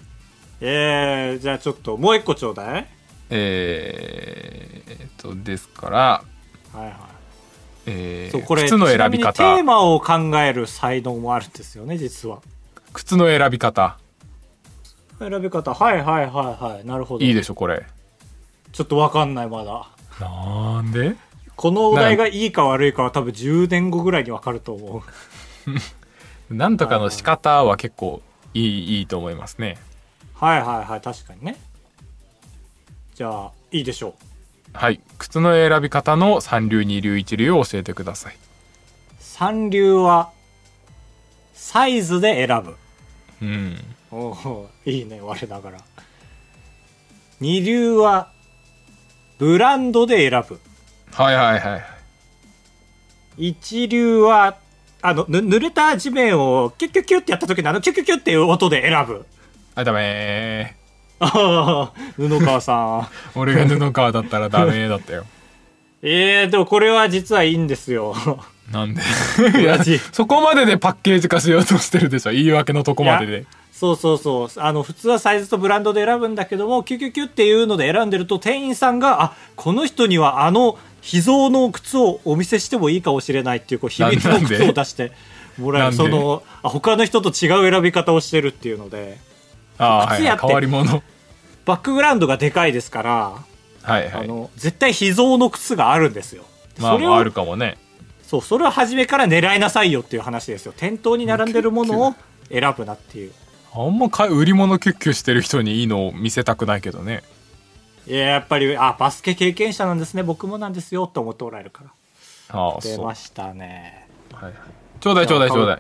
Speaker 2: えー、じゃあちょっともう一個ちょうだい
Speaker 1: えー、えっとですから、
Speaker 2: はいはい
Speaker 1: えー
Speaker 2: そうこれ
Speaker 1: 靴の選び
Speaker 2: ちなみに
Speaker 1: 方
Speaker 2: テーマを考える才能もあるんですよね実は
Speaker 1: 靴の選び方
Speaker 2: 選び方はいはいはいはいなるほど
Speaker 1: いいでしょこれ
Speaker 2: ちょっとわかんないまだ
Speaker 1: なんで
Speaker 2: このお題がいいか悪いかは多分10年後ぐらいにわかると思う
Speaker 1: なんとかの仕方は結構いいいいと思いますね
Speaker 2: はいはいはい確かにねじゃあいいでしょう
Speaker 1: はい靴の選び方の三流二流一流を教えてください
Speaker 2: 三流はサイズで選ぶ
Speaker 1: うん
Speaker 2: おおいいね我ながら二流はブランドで選ぶ
Speaker 1: はいはいはい
Speaker 2: 一流はあのぬ濡れた地面をキュッキュッキュッってやった時のあのキュッキュッキュッっていう音で選ぶ
Speaker 1: あダメ
Speaker 2: ああ布川さん <laughs>
Speaker 1: ー俺が布川だったらダメだったよ
Speaker 2: ええでもこれは実はいいんですよ
Speaker 1: なんでい
Speaker 2: 親
Speaker 1: や
Speaker 2: 父
Speaker 1: <laughs> そこまででパッケージ化しようとしてるでしょ言い訳のとこまでで
Speaker 2: そうそうそうあの普通はサイズとブランドで選ぶんだけどもキュキュキュっていうので選んでると店員さんがあこの人にはあの秘蔵の靴をお見せしてもいいかもしれないっていうこう秘密
Speaker 1: な
Speaker 2: の
Speaker 1: んで
Speaker 2: 靴を出してもらえる
Speaker 1: なん
Speaker 2: そ
Speaker 1: で
Speaker 2: のあ他の人と違う選び方をしてるっていうので
Speaker 1: ああは
Speaker 2: 靴
Speaker 1: い
Speaker 2: やって
Speaker 1: 変わり者
Speaker 2: バックグラウンドがでかいですから、
Speaker 1: はいは
Speaker 2: あ
Speaker 1: い
Speaker 2: の絶対秘蔵の靴があるんですよ。
Speaker 1: まあ
Speaker 2: それ
Speaker 1: まあある
Speaker 2: を
Speaker 1: かもね
Speaker 2: そうそれを初めから狙いなさいよっていう話ですよ店頭に並んでるものを選ぶなっていう
Speaker 1: あんまか売り物キュッキュしてる人にいいのを見せたくないけどね
Speaker 2: いややっぱりあバスケ経験者なんですね僕もなんですよって思っておられるから
Speaker 1: ああ
Speaker 2: 出
Speaker 1: そう、は
Speaker 2: ましたね
Speaker 1: いはい、ちょうだいちょうだいちょうだい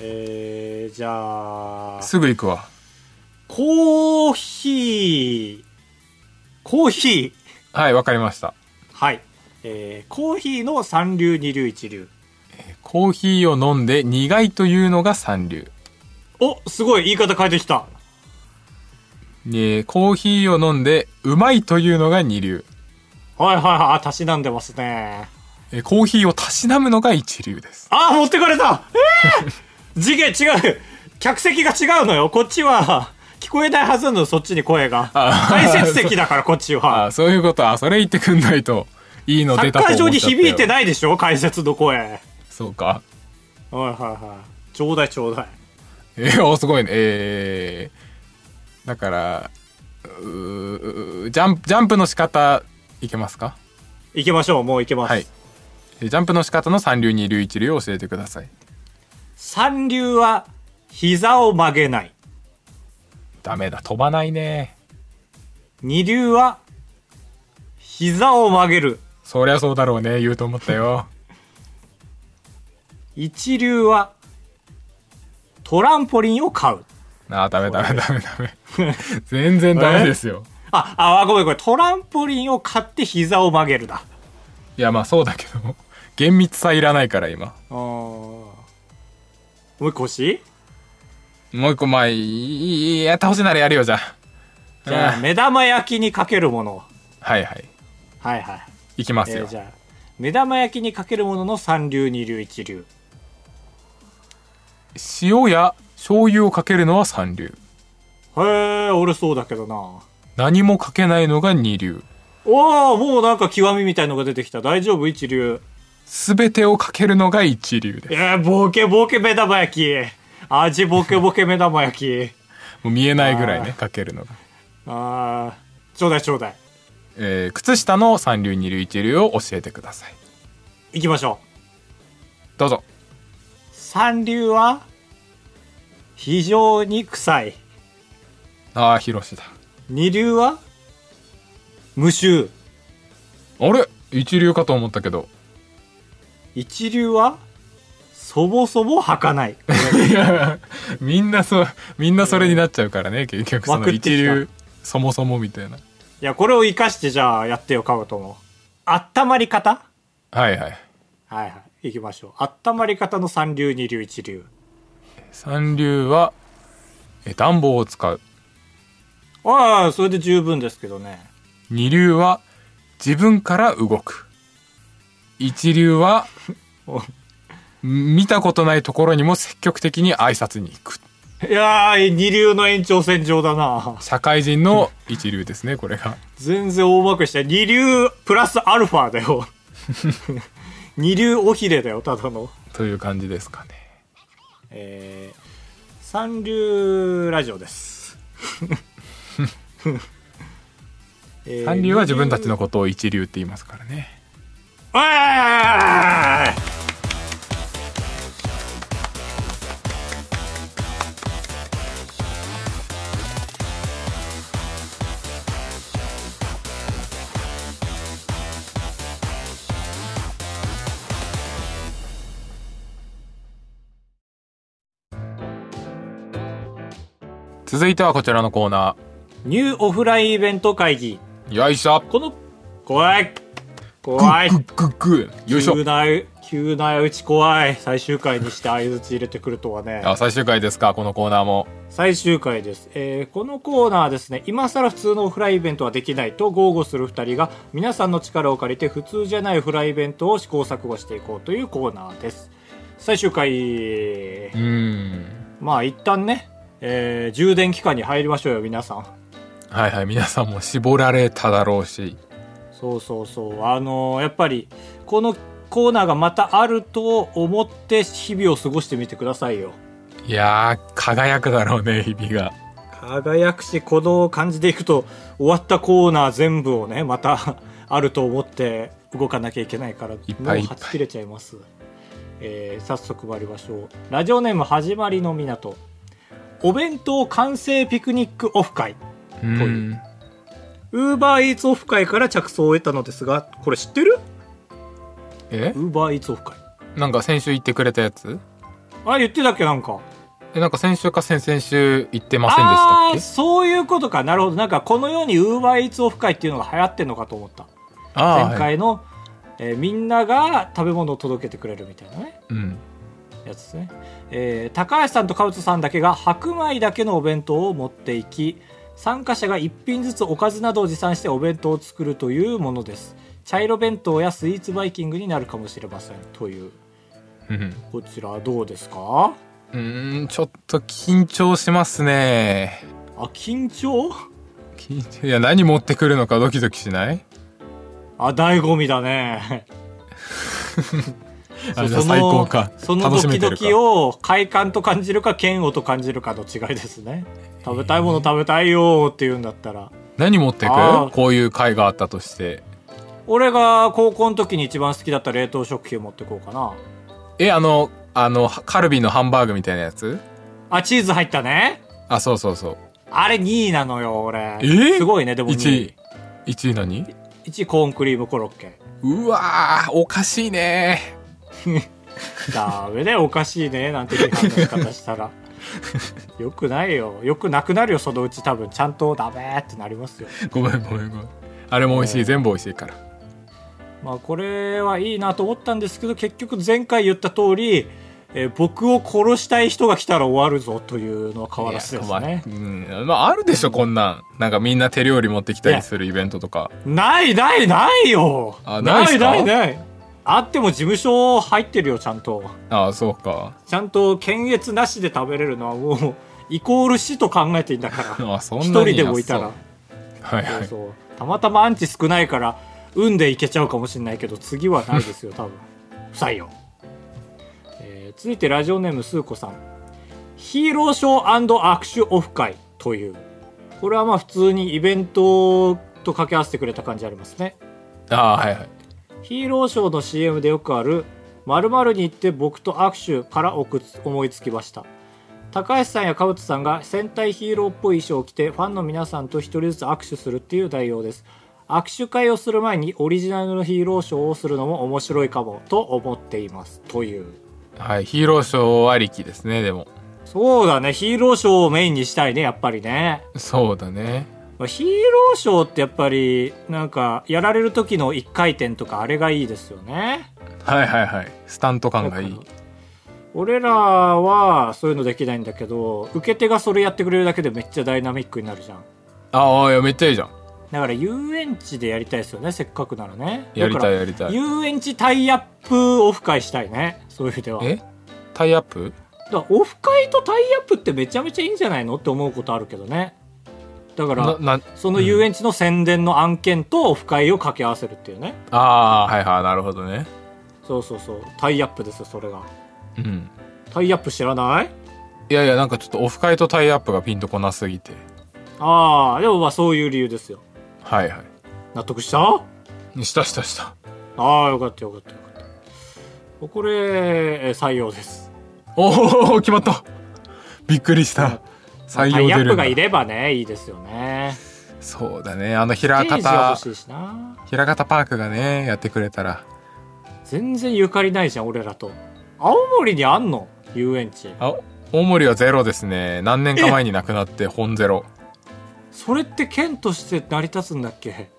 Speaker 2: えー、じゃあ
Speaker 1: すぐ行くわ
Speaker 2: コーヒーコーヒー
Speaker 1: はいわかりました
Speaker 2: はい、えー、コーヒーの三流二流一流
Speaker 1: コーヒーを飲んで苦いというのが三流
Speaker 2: おすごい言い方変えてきた
Speaker 1: えーコーヒーを飲んでうまいというのが二流
Speaker 2: はいはいはいあたしなんでますね
Speaker 1: えーコーヒーをたしなむのが一流です
Speaker 2: あ持ってかれた
Speaker 1: <laughs>
Speaker 2: えー、次元違う客席が違うのよこっちは聞こえないはずなのそっちに声が
Speaker 1: あ
Speaker 2: 解説席だからこっちは
Speaker 1: ああそういうことあそれ言ってくんないといいの
Speaker 2: サ
Speaker 1: 出
Speaker 2: ッ
Speaker 1: た
Speaker 2: カ
Speaker 1: と思
Speaker 2: ー
Speaker 1: っちゃっ
Speaker 2: 場
Speaker 1: た
Speaker 2: に
Speaker 1: よ
Speaker 2: 響いてないでしょ解説の声はい
Speaker 1: そうか <laughs>
Speaker 2: はいはいちょうだいちょうだい
Speaker 1: えー、おすごいねえー、だからうージャンプジャンプの仕方いけますか
Speaker 2: 行きましょうもう行けます、
Speaker 1: はいえージャンプの仕方の三流二流一流を教えてください
Speaker 2: 三流は膝を曲げない
Speaker 1: ダメだ飛ばないね
Speaker 2: 二流は膝を曲げる
Speaker 1: そりゃそうだろうね言うと思ったよ <laughs>
Speaker 2: 一流はトランポリンを買う
Speaker 1: あーダメダメダメダメ <laughs> 全然ダメですよ
Speaker 2: ああごめんごめんトランポリンを買って膝を曲げるだ
Speaker 1: いやまあそうだけども厳密さいらないから今
Speaker 2: あーもう一個欲しい
Speaker 1: もう一個まあいいいいやってほしいならやるよじゃあ
Speaker 2: じゃあ
Speaker 1: うん
Speaker 2: 目玉焼きにかけるもの
Speaker 1: はいはい
Speaker 2: はいはい
Speaker 1: いきます
Speaker 2: え
Speaker 1: よ、
Speaker 2: ーじゃあ目玉焼きにかけるものの三流二流一流
Speaker 1: 塩や醤油をかけるのは三流
Speaker 2: へえ俺そうだけどな
Speaker 1: 何もかけないのが二流
Speaker 2: おおもうなんか極みみたいのが出てきた大丈夫一流
Speaker 1: 全てをかけるのが一流です
Speaker 2: えー、ボケボケ目玉焼き味ボケボケ目玉焼き
Speaker 1: もう見えないぐらいね
Speaker 2: あ
Speaker 1: かけるのが、
Speaker 2: あーちょうだいちょうだい
Speaker 1: えー靴下の三流二流一流を教えてください
Speaker 2: 行きましょう
Speaker 1: どうぞ
Speaker 2: 三流は非常に臭い
Speaker 1: ああヒロシだ
Speaker 2: 二流は無臭
Speaker 1: あれ一流かと思ったけど
Speaker 2: 一流はそもそも儚かない
Speaker 1: いやみんなそうみんなそれになっちゃうからね結局そ
Speaker 2: ま
Speaker 1: の
Speaker 2: くってきた
Speaker 1: 一流そもそもみたいない
Speaker 2: や、これを活かしてじゃあやってよ、カブトも。温まり方
Speaker 1: はいはい
Speaker 2: はいはい。行きましょう。温まり方の三流、二流、一流。
Speaker 1: 三流はえー暖房を使う
Speaker 2: ああ、それで十分ですけどね。
Speaker 1: 二流は自分から動く一流は
Speaker 2: お
Speaker 1: 見たことないところにも積極的に挨拶に行く
Speaker 2: いやー、二流の延長線上だな。
Speaker 1: 社会人の一流ですねこれが
Speaker 2: 全然大まくして、二流プラスアルファだよ。 <laughs> 二流おひれだよ、ただの。
Speaker 1: という感じですかね
Speaker 2: えー、三流ラジオです。えー
Speaker 1: <laughs> 三流は自分た
Speaker 2: <laughs>
Speaker 1: ちのことを一流って言いますからね
Speaker 2: おいおいおいお
Speaker 1: <laughs>
Speaker 2: いおい
Speaker 1: 続いてはこちらのコーナ
Speaker 2: ニューオフラインイベント会議。
Speaker 1: ーよいしょ
Speaker 2: この、怖い怖い
Speaker 1: グッグッグッよいしょ
Speaker 2: 急な急な打ち怖い最終回にして相槌入れてくるとはね
Speaker 1: あ最終回ですかこのコーナーも
Speaker 2: 最終回です、えーこのコーナーはですね今更普通のオフライイベントはできないと豪語する2人が皆さんの力を借りて普通じゃないオフライイベントを試行錯誤していこうというコーナーです最終回
Speaker 1: うーん
Speaker 2: まあ一旦ね、えー充電期間に入りましょうよ皆さん
Speaker 1: はいはい皆さんも絞られただろうし
Speaker 2: そうそうそうあのーやっぱりこのコーナーがまたあると思って日々を過ごしてみてくださいよ
Speaker 1: いやー輝くだろうね日々が
Speaker 2: 輝くしこの感じでいくと終わったコーナー全部をねまたあると思って動かなきゃいけないから
Speaker 1: いっぱいいっぱい
Speaker 2: もうはち切れちゃいますえー早速参りましょうラジオネーム始まりの港お弁当完成ピクニックオフ会
Speaker 1: うーん
Speaker 2: ウーバーイーツオフ会から着想を得たのですがこれ知ってる
Speaker 1: え
Speaker 2: ウーバーイーツオフ会
Speaker 1: なんか先週言ってくれたやつ
Speaker 2: あ言ってたっけなんか
Speaker 1: えなんか先週か先々週言ってませんで
Speaker 2: ああー
Speaker 1: したっ
Speaker 2: そういうことかなるほどなんかこのようにウーバーイーツオフ会っていうのが流行ってんのかと思った
Speaker 1: けあー
Speaker 2: 前回の、えーみんなが食べ物を届けてくれるみたいなね
Speaker 1: うん
Speaker 2: やつですね、えー高橋さんとカウトさんだけが白米だけのお弁当を持っていき参加者が1品ずつおかずなどを持参してお弁当を作るというものです茶色弁当やスイーツバイキングになるかもしれませんという
Speaker 1: うん
Speaker 2: こちらどうですか
Speaker 1: うーんちょっと緊張しますね
Speaker 2: あ緊張
Speaker 1: 緊張いや何持ってくるのかドキドキしない
Speaker 2: あ醍醐味だね
Speaker 1: あじゃあ最高か
Speaker 2: その
Speaker 1: 楽し
Speaker 2: ド
Speaker 1: め
Speaker 2: キ
Speaker 1: て
Speaker 2: ド
Speaker 1: るか
Speaker 2: キを快感と感じるか嫌悪と感じるかの違いですね食べたいもの食べたいよーって言うんだったら
Speaker 1: 何持ってく
Speaker 2: あー
Speaker 1: こういう会があったとして
Speaker 2: 俺が高校の時に一番好きだった冷凍食品を持ってこうかな
Speaker 1: えあのあのカルビのハンバーグみたいなやつ
Speaker 2: あチーズ入ったね
Speaker 1: あそうそうそう
Speaker 2: あれ2位なのよ俺
Speaker 1: えー
Speaker 2: すごいねでも
Speaker 1: 1
Speaker 2: 2位
Speaker 1: 位1位何
Speaker 2: 1位コーンクリームコロッケ
Speaker 1: うわーおかしいね
Speaker 2: ダメだよおかしいねなんて批判の仕方し
Speaker 1: <laughs>
Speaker 2: たらよくないよよくなくなるよそのうち多分ちゃんとダメーってなりますよ
Speaker 1: ごめんごめんごめんあれも美味しい、全部美味しいから
Speaker 2: まあ、これはいいなと思ったんですけど結局前回言った通り、えー僕を殺したい人が来たら終わるぞというのは変わらずです
Speaker 1: いや
Speaker 2: ね
Speaker 1: まあうんまああるでしょこんなんなんかみんな手料理持ってきたりするイベントとか
Speaker 2: ないないないよ
Speaker 1: あないっすか
Speaker 2: ないないあっても事務所入ってるよちゃんと
Speaker 1: ああそうか
Speaker 2: ちゃんと検閲なしで食べれるのはもうイコール死と考えていいんだか
Speaker 1: <laughs>
Speaker 2: ら
Speaker 1: あそんな
Speaker 2: 一
Speaker 1: に
Speaker 2: 人でもいたら
Speaker 1: はいは
Speaker 2: そう
Speaker 1: い
Speaker 2: そうたまたまアンチ少ないから運でいけちゃうかもしれないけど次はない
Speaker 1: <laughs>
Speaker 2: ですよ多分不採用、えー続いてラジオネームスーコさんヒーローショー握手オフ会というこれはまあ普通にイベントと掛け合わせてくれた感じありますね
Speaker 1: ああはいはい
Speaker 2: ヒーローショーの CM でよくある「〇〇に行って僕と握手」からおくつ思いつきました高橋さんやカウトさんが戦隊ヒーローっぽい衣装を着てファンの皆さんと一人ずつ握手するっていう内容です握手会をする前にオリジナルのヒーローショーをするのも面白いかもと思っていますという
Speaker 1: はいヒーローショーありきですねでも
Speaker 2: そうだねヒーローショーをメインにしたいねやっぱりね
Speaker 1: そうだね
Speaker 2: まあヒーローショーってやっぱりなんかやられる時の一回転とかあれがいいですよね
Speaker 1: はいはいはいスタント感がいい
Speaker 2: 俺らはそういうのできないんだけど受け手がそれやってくれるだけでめっちゃダイナミックになるじゃん
Speaker 1: ああいやめっちゃいいじゃん
Speaker 2: だから遊園地でやりたいですよねせっかくならね
Speaker 1: やり
Speaker 2: だ
Speaker 1: た
Speaker 2: か
Speaker 1: い
Speaker 2: ら
Speaker 1: やりたい
Speaker 2: 遊園地タイアップオフ会したいねそういう意味では
Speaker 1: えタイアップ
Speaker 2: だからオフ会とタイアップってめちゃめちゃいいんじゃないのって思うことあるけどねだから
Speaker 1: なな
Speaker 2: その遊園地の宣伝の案件とオフ会を掛け合わせるっていうね、
Speaker 1: ああーはいはいなるほどね
Speaker 2: そうそうそうタイアップですよそれが
Speaker 1: うん
Speaker 2: タイアップ知らない
Speaker 1: いやいやなんかちょっとオフ会とタイアップがピンとこなすぎて
Speaker 2: ああでもまあそういう理由ですよ
Speaker 1: はいは
Speaker 2: 納得した
Speaker 1: いしたしたした
Speaker 2: ああよかったよかったよかったこれえー採用です
Speaker 1: おお決まったびっくりした採
Speaker 2: タ
Speaker 1: 用
Speaker 2: イア
Speaker 1: 出
Speaker 2: ッ
Speaker 1: る
Speaker 2: プ
Speaker 1: んだ
Speaker 2: がいればねいいですよね
Speaker 1: そうだねあの
Speaker 2: ス
Speaker 1: 平
Speaker 2: テージが
Speaker 1: 方
Speaker 2: 欲しいしな
Speaker 1: 平方パークがねやってくれたら
Speaker 2: 全然ゆかりないじゃん俺らと青森にあんの遊園地
Speaker 1: あ大森はゼロですね何年か前に亡くなって本ゼロ
Speaker 2: それって県として成り立つんだっけ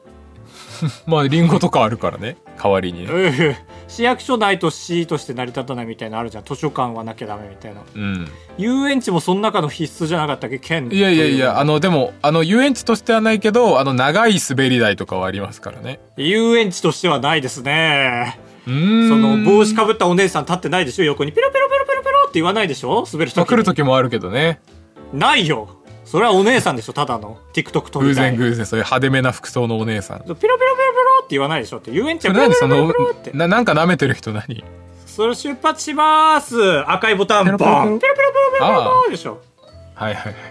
Speaker 1: まあリンゴとかあるからね代わりにね
Speaker 2: うん市役所ないと市として成り立たないみたいなのあるじゃん図書館はなきゃダメみたいな
Speaker 1: うん
Speaker 2: 遊園地もその中の必須じゃなかったっけ県
Speaker 1: いやいやいやあのでもあの遊園地としてはないけどあの長い滑り台とかはありますからね
Speaker 2: 遊園地としてはないですね
Speaker 1: うーん
Speaker 2: その帽子かぶったお姉さん立ってないでしょ横にピロピロピロピロピロって言わないでしょ滑る
Speaker 1: まあ
Speaker 2: と
Speaker 1: 来る時もあるけどね
Speaker 2: ないよそれはお姉さんでしょただの TikTok 撮
Speaker 1: 偶
Speaker 2: みたい
Speaker 1: 然
Speaker 2: に
Speaker 1: 偶然そういう派手めな服装のお姉さん
Speaker 2: ピロピロピロピロって言わないでしょって遊園地はピロ
Speaker 1: 何
Speaker 2: ピ
Speaker 1: そ
Speaker 2: ロピロ
Speaker 1: の
Speaker 2: ピロって
Speaker 1: ななんか舐めてる人何
Speaker 2: それ出発します赤いボタン
Speaker 1: ピ
Speaker 2: ボ
Speaker 1: ロ
Speaker 2: ン
Speaker 1: ピ
Speaker 2: ピ
Speaker 1: ロピロ
Speaker 2: ロピロピロピロピロピロでしょ
Speaker 1: はいはいはい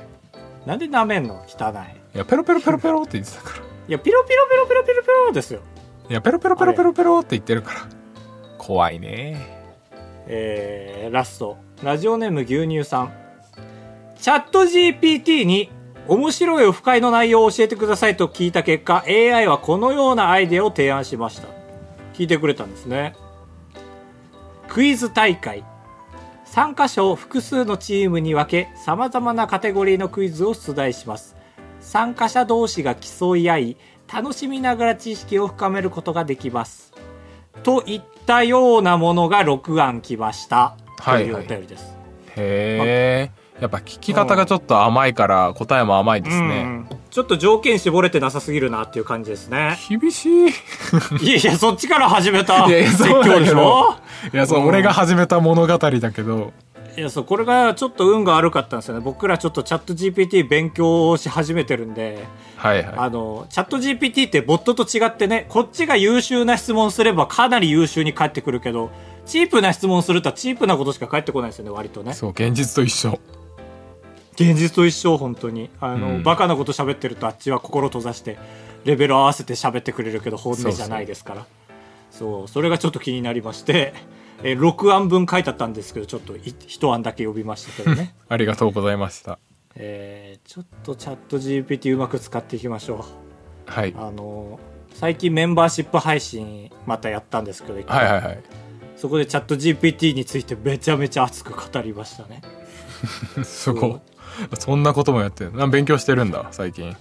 Speaker 2: なんで舐めんの汚い
Speaker 1: いやペロペロペロペロって言ってたから
Speaker 2: いやピロピロピロピロピロピロですよ
Speaker 1: いやペロペロペロペロペロって言ってるから怖いね
Speaker 2: えー、ラストラジオネーム牛乳さんチャット GPT に面白いオフ会の内容を教えてくださいと聞いた結果 AI はこのようなアイデアを提案しました聞いてくれたんですねクイズ大会参加者を複数のチームに分け様々なカテゴリーのクイズを出題します参加者同士が競い合い楽しみながら知識を深めることができますといったようなものが6案来ました、
Speaker 1: はい
Speaker 2: という
Speaker 1: は
Speaker 2: お
Speaker 1: い
Speaker 2: 便りです
Speaker 1: へえやっぱ聞き方がちょっと甘いから答えも甘いですね
Speaker 2: うんちょっと条件絞れてなさすぎるなっていう感じですね
Speaker 1: 厳しいい
Speaker 2: いやいやそっちから始めた
Speaker 1: いやいや
Speaker 2: 説
Speaker 1: そうだ
Speaker 2: 教
Speaker 1: けど
Speaker 2: でしょ
Speaker 1: やそう
Speaker 2: うん
Speaker 1: 俺が始めた物語だけど
Speaker 2: いやそうこれがちょっと運が悪かったんですよね僕らちょっとチャット GPT 勉強をし始めてるんで
Speaker 1: はいは
Speaker 2: あのチャット GPT ってボットと違ってねこっちが優秀な質問すればかなり優秀に返ってくるけどチープな質問するとチープなことしか返ってこないですよね割とね
Speaker 1: いそう現実と一緒
Speaker 2: 現実と一緒本当にあの、
Speaker 1: うん
Speaker 2: バカなこと喋ってるとあっちは心閉ざしてレベル合わせて喋ってくれるけど本音じゃないですからそうそれがちょっと気になりまして、えー6案分書いてあったんですけどちょっとい1案だけ呼びましたけど
Speaker 1: <laughs>
Speaker 2: ね
Speaker 1: ありがとうございました
Speaker 2: えーちょっとチャット GPT うまく使っていきましょ
Speaker 1: はいう
Speaker 2: あの最近メンバーシップ配信またやったんですけど、一
Speaker 1: はい
Speaker 2: 回
Speaker 1: はいはい
Speaker 2: そこでチャット GPT についてめちゃめちゃ熱く語りましたね
Speaker 1: すごいそんなこともやってるな勉強してるんだ最近